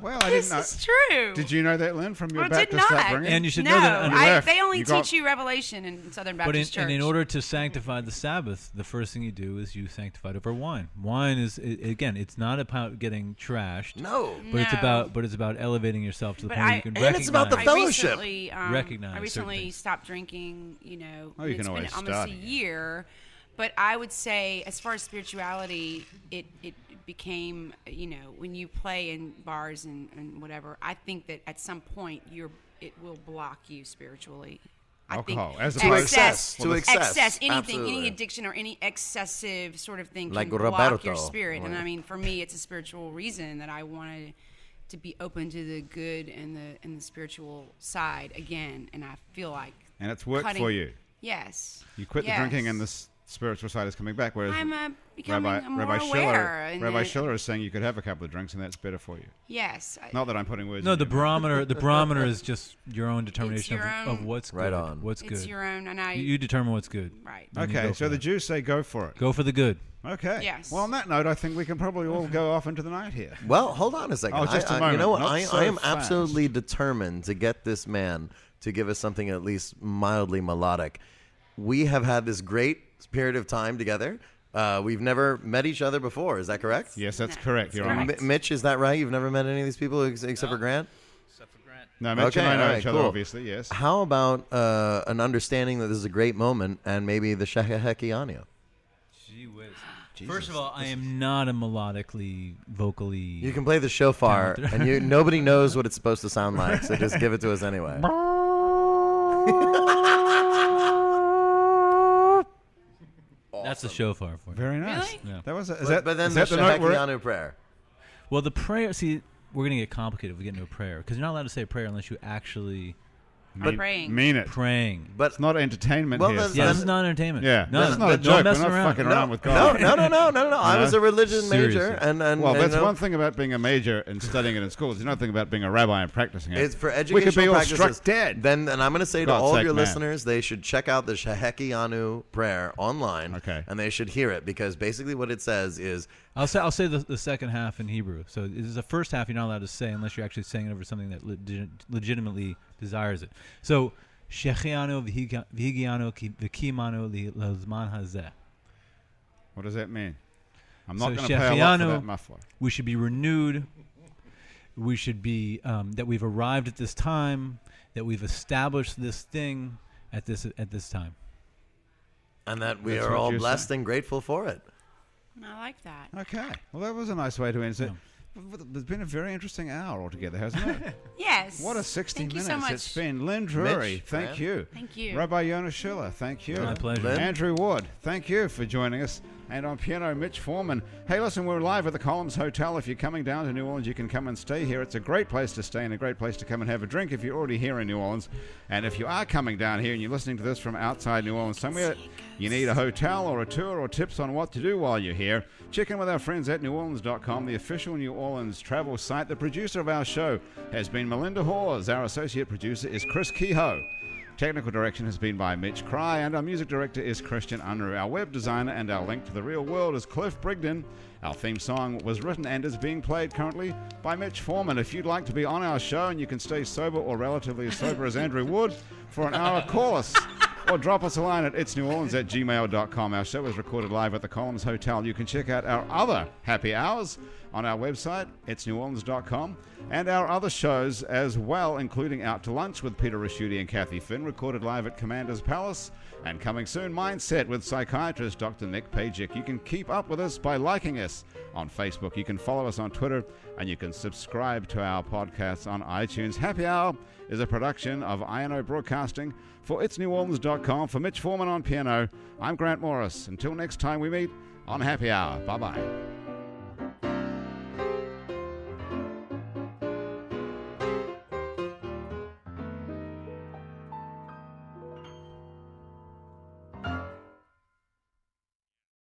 [SPEAKER 1] Well, I
[SPEAKER 4] this
[SPEAKER 1] didn't know.
[SPEAKER 4] is true
[SPEAKER 1] Did you know that, Lynn, from your
[SPEAKER 4] I did
[SPEAKER 1] Baptist
[SPEAKER 4] not.
[SPEAKER 1] upbringing?
[SPEAKER 2] and you should
[SPEAKER 4] no,
[SPEAKER 2] know that. under-
[SPEAKER 1] You
[SPEAKER 4] I,
[SPEAKER 1] left.
[SPEAKER 4] they only
[SPEAKER 1] You
[SPEAKER 4] teach
[SPEAKER 1] got-
[SPEAKER 4] you Revelation in Southern
[SPEAKER 2] but in,
[SPEAKER 4] Baptist Church.
[SPEAKER 2] and in order to sanctify the Sabbath, the first thing you do is you sanctify it over wine. Wine is i again, it's not about getting trashed.
[SPEAKER 3] No.
[SPEAKER 2] But it's
[SPEAKER 4] No.
[SPEAKER 2] about but it's about elevating yourself to the
[SPEAKER 4] But
[SPEAKER 2] point where
[SPEAKER 4] I-
[SPEAKER 2] you can
[SPEAKER 3] And it's about the
[SPEAKER 4] I
[SPEAKER 2] recognize-
[SPEAKER 3] fellowship.
[SPEAKER 4] recently, um,
[SPEAKER 2] Recognize
[SPEAKER 4] I
[SPEAKER 2] certain
[SPEAKER 4] recently
[SPEAKER 2] things.
[SPEAKER 4] stopped drinking. You know,
[SPEAKER 1] Oh, you can
[SPEAKER 4] and it's been
[SPEAKER 1] always
[SPEAKER 4] almost
[SPEAKER 1] start
[SPEAKER 4] a
[SPEAKER 1] again.
[SPEAKER 4] year. But I would say, as far as spirituality, it it became you know when you play in bars and, and whatever. I think that at some point you're it will block you spiritually. I
[SPEAKER 1] Alcohol,
[SPEAKER 4] think
[SPEAKER 1] as
[SPEAKER 4] excess,
[SPEAKER 1] opposed-
[SPEAKER 3] Excess, to excess,
[SPEAKER 4] anything,
[SPEAKER 3] absolutely.
[SPEAKER 4] any addiction or any excessive sort of thing
[SPEAKER 3] Like
[SPEAKER 4] can block your
[SPEAKER 3] Roberto.
[SPEAKER 4] spirit. And
[SPEAKER 3] Right.
[SPEAKER 4] I mean, for me, it's a spiritual reason that I wanted to be open to the good and the and the spiritual side again. And I feel like
[SPEAKER 1] and it's worked
[SPEAKER 4] cutting-
[SPEAKER 1] for you.
[SPEAKER 4] Yes.
[SPEAKER 1] You quit
[SPEAKER 4] Yes.
[SPEAKER 1] the drinking, and this spiritual side is coming back. Whereas
[SPEAKER 4] I'm uh, becoming
[SPEAKER 1] Rabbi,
[SPEAKER 4] more
[SPEAKER 1] Rabbi
[SPEAKER 4] aware.
[SPEAKER 1] Schiller,
[SPEAKER 4] and
[SPEAKER 1] Rabbi
[SPEAKER 4] it-
[SPEAKER 1] Schiller is saying you could have a couple of drinks and that's better for you.
[SPEAKER 4] Yes. I-
[SPEAKER 1] Not that I'm putting words.
[SPEAKER 2] No,
[SPEAKER 1] in
[SPEAKER 2] the
[SPEAKER 1] your
[SPEAKER 2] barometer. The barometer is just your own determination
[SPEAKER 4] your
[SPEAKER 2] of,
[SPEAKER 4] own-
[SPEAKER 2] of what's
[SPEAKER 3] Right
[SPEAKER 2] good,
[SPEAKER 3] on.
[SPEAKER 2] What's
[SPEAKER 4] it's
[SPEAKER 2] good.
[SPEAKER 4] your own, and I.
[SPEAKER 2] you, you determine what's good.
[SPEAKER 4] right.
[SPEAKER 1] mouth.
[SPEAKER 2] And you
[SPEAKER 1] Okay,
[SPEAKER 2] go
[SPEAKER 1] so
[SPEAKER 2] for
[SPEAKER 1] the
[SPEAKER 2] that.
[SPEAKER 1] Jews say go for it.
[SPEAKER 2] go for the good.
[SPEAKER 1] Okay.
[SPEAKER 4] Yes.
[SPEAKER 1] Well, on that note, I think we can probably all go off into the night here.
[SPEAKER 3] Well, hold on a second.
[SPEAKER 1] Oh, just a
[SPEAKER 3] I- I- You
[SPEAKER 1] moment.
[SPEAKER 3] know what?
[SPEAKER 1] Not
[SPEAKER 3] I,
[SPEAKER 1] so
[SPEAKER 3] I am
[SPEAKER 1] fast.
[SPEAKER 3] absolutely determined to get this man to give us something at least mildly melodic. We have had this great period of time together. Uh, we've never met each other before. Is that correct?
[SPEAKER 1] Yes, that's
[SPEAKER 4] No,
[SPEAKER 1] correct.
[SPEAKER 4] that's
[SPEAKER 1] You're
[SPEAKER 4] correct.
[SPEAKER 1] on.
[SPEAKER 3] M- Mitch, is that right? You've never met any of these people ex- except for Grant?
[SPEAKER 5] Except for Grant.
[SPEAKER 1] No, Mitch and I
[SPEAKER 3] Okay,
[SPEAKER 1] know
[SPEAKER 3] all right,
[SPEAKER 1] each other,
[SPEAKER 3] cool.
[SPEAKER 1] obviously. Yes.
[SPEAKER 3] How about uh, an understanding that this is a great moment and maybe the Shehekiania?
[SPEAKER 5] Gee whiz.
[SPEAKER 2] First of all, I am not a melodically vocally.
[SPEAKER 3] You can play the shofar, and you, nobody knows what it's supposed to sound like, so just give it to us anyway.
[SPEAKER 2] That's the shofar for you.
[SPEAKER 1] Very nice.
[SPEAKER 4] Really?
[SPEAKER 2] Yeah.
[SPEAKER 1] That was. A, [laughs] is
[SPEAKER 3] But,
[SPEAKER 1] that,
[SPEAKER 3] but then
[SPEAKER 1] is
[SPEAKER 3] the
[SPEAKER 1] that the note we're?
[SPEAKER 3] Shehekianu prayer.
[SPEAKER 2] Well, the prayer. See, we're gonna get complicated if we get into a prayer because you're not allowed to say a prayer unless you actually
[SPEAKER 1] Mean,
[SPEAKER 4] praying.
[SPEAKER 1] mean it.
[SPEAKER 2] praying.
[SPEAKER 3] But
[SPEAKER 1] It's not entertainment
[SPEAKER 3] Well,
[SPEAKER 1] here.
[SPEAKER 3] that's-
[SPEAKER 2] Yeah,
[SPEAKER 1] son.
[SPEAKER 2] this is not entertainment.
[SPEAKER 1] Yeah,
[SPEAKER 2] no,
[SPEAKER 1] that's not a
[SPEAKER 2] no
[SPEAKER 1] joke.
[SPEAKER 2] messing
[SPEAKER 1] We're not
[SPEAKER 2] around.
[SPEAKER 1] fucking
[SPEAKER 3] no,
[SPEAKER 1] around with
[SPEAKER 3] no,
[SPEAKER 1] God.
[SPEAKER 3] no, no, no, no, no. I
[SPEAKER 1] No.
[SPEAKER 3] was a religion major,
[SPEAKER 2] Seriously.
[SPEAKER 3] and and
[SPEAKER 1] Well,
[SPEAKER 3] and,
[SPEAKER 1] that's
[SPEAKER 3] you know,
[SPEAKER 1] one thing about being a major and studying it in school. There's another thing about being a rabbi and practicing it.
[SPEAKER 3] It's for educational
[SPEAKER 1] We could be all
[SPEAKER 3] practices.
[SPEAKER 1] struck dead.
[SPEAKER 3] Then, and I'm going to say to
[SPEAKER 1] God's
[SPEAKER 3] all of
[SPEAKER 1] sake,
[SPEAKER 3] your
[SPEAKER 1] man.
[SPEAKER 3] listeners, they should check out the Shehekianu prayer online.
[SPEAKER 1] Okay.
[SPEAKER 3] and they should hear it because basically what it says is
[SPEAKER 2] I'll say I'll say the, the second half in Hebrew. So this is the first half you're not allowed to say unless you're actually saying it over something that legit, legitimately desires it. So shechiano v'higa- v'higiano ki- v'kimano li- lezman hazeh.
[SPEAKER 1] what does that mean? I'm not
[SPEAKER 2] So
[SPEAKER 1] going to pay a lot for
[SPEAKER 2] Shechianu-
[SPEAKER 1] that muffler.
[SPEAKER 2] We should be renewed. We should be um, that we've arrived at this time. That we've established this thing at this at this time.
[SPEAKER 3] and that we
[SPEAKER 1] That's
[SPEAKER 3] are
[SPEAKER 1] what
[SPEAKER 3] all
[SPEAKER 1] you're
[SPEAKER 3] blessed
[SPEAKER 1] saying.
[SPEAKER 3] and grateful for it.
[SPEAKER 4] I like that.
[SPEAKER 1] Okay. Well, that was a nice way to end it. It's been a very interesting hour altogether, hasn't it?
[SPEAKER 4] Yes.
[SPEAKER 1] What a 60
[SPEAKER 4] Thank
[SPEAKER 1] minutes
[SPEAKER 4] you so much.
[SPEAKER 1] it's been. Lynn Drury,
[SPEAKER 3] Mitch,
[SPEAKER 1] thank
[SPEAKER 3] Fran.
[SPEAKER 1] you.
[SPEAKER 4] Thank you.
[SPEAKER 1] Rabbi Yonah Schiller, thank you.
[SPEAKER 2] My pleasure.
[SPEAKER 3] Lynn.
[SPEAKER 1] Andrew Wood, thank you for joining us. And on piano, Mitch Foreman. Hey, listen, we're live at the Columns Hotel. If you're coming down to New Orleans, you can come and stay here. It's a great place to stay and a great place to come and have a drink if you're already here in New Orleans. And if you are coming down here and you're listening to this from outside New Orleans somewhere, you need a hotel or a tour or tips on what to do while you're here. Check in with our friends at neworleans.com, the official New Orleans travel site. The producer of our show has been Melinda Hawes. Our associate producer is Chris Kehoe. Technical direction has been by Mitch Cry, and our music director is Christian Unruh. Our web designer and our link to the real world is Cliff Brigden. Our theme song was written and is being played currently by Mitch Foreman. If you'd like to be on our show and you can stay sober or relatively as sober as Andrew Wood for an hour, call us or drop us a line at itsneworleans at gmail.com. Our show is recorded live at the Columns Hotel. You can check out our other happy hours on our website, itsneworleans.com, and our other shows as well, including Out to Lunch with Peter Raschuti and Kathy Finn, recorded live at Commander's Palace, and coming soon, Mindset with psychiatrist Dr. Nick Pajic. You can keep up with us by liking us on Facebook. You can follow us on Twitter, and you can subscribe to our podcasts on iTunes. Happy Hour is a production of INO Broadcasting for itsneworleans.com. For Mitch Foreman on piano, I'm Grant Morris. Until next time we meet on Happy Hour. Bye bye.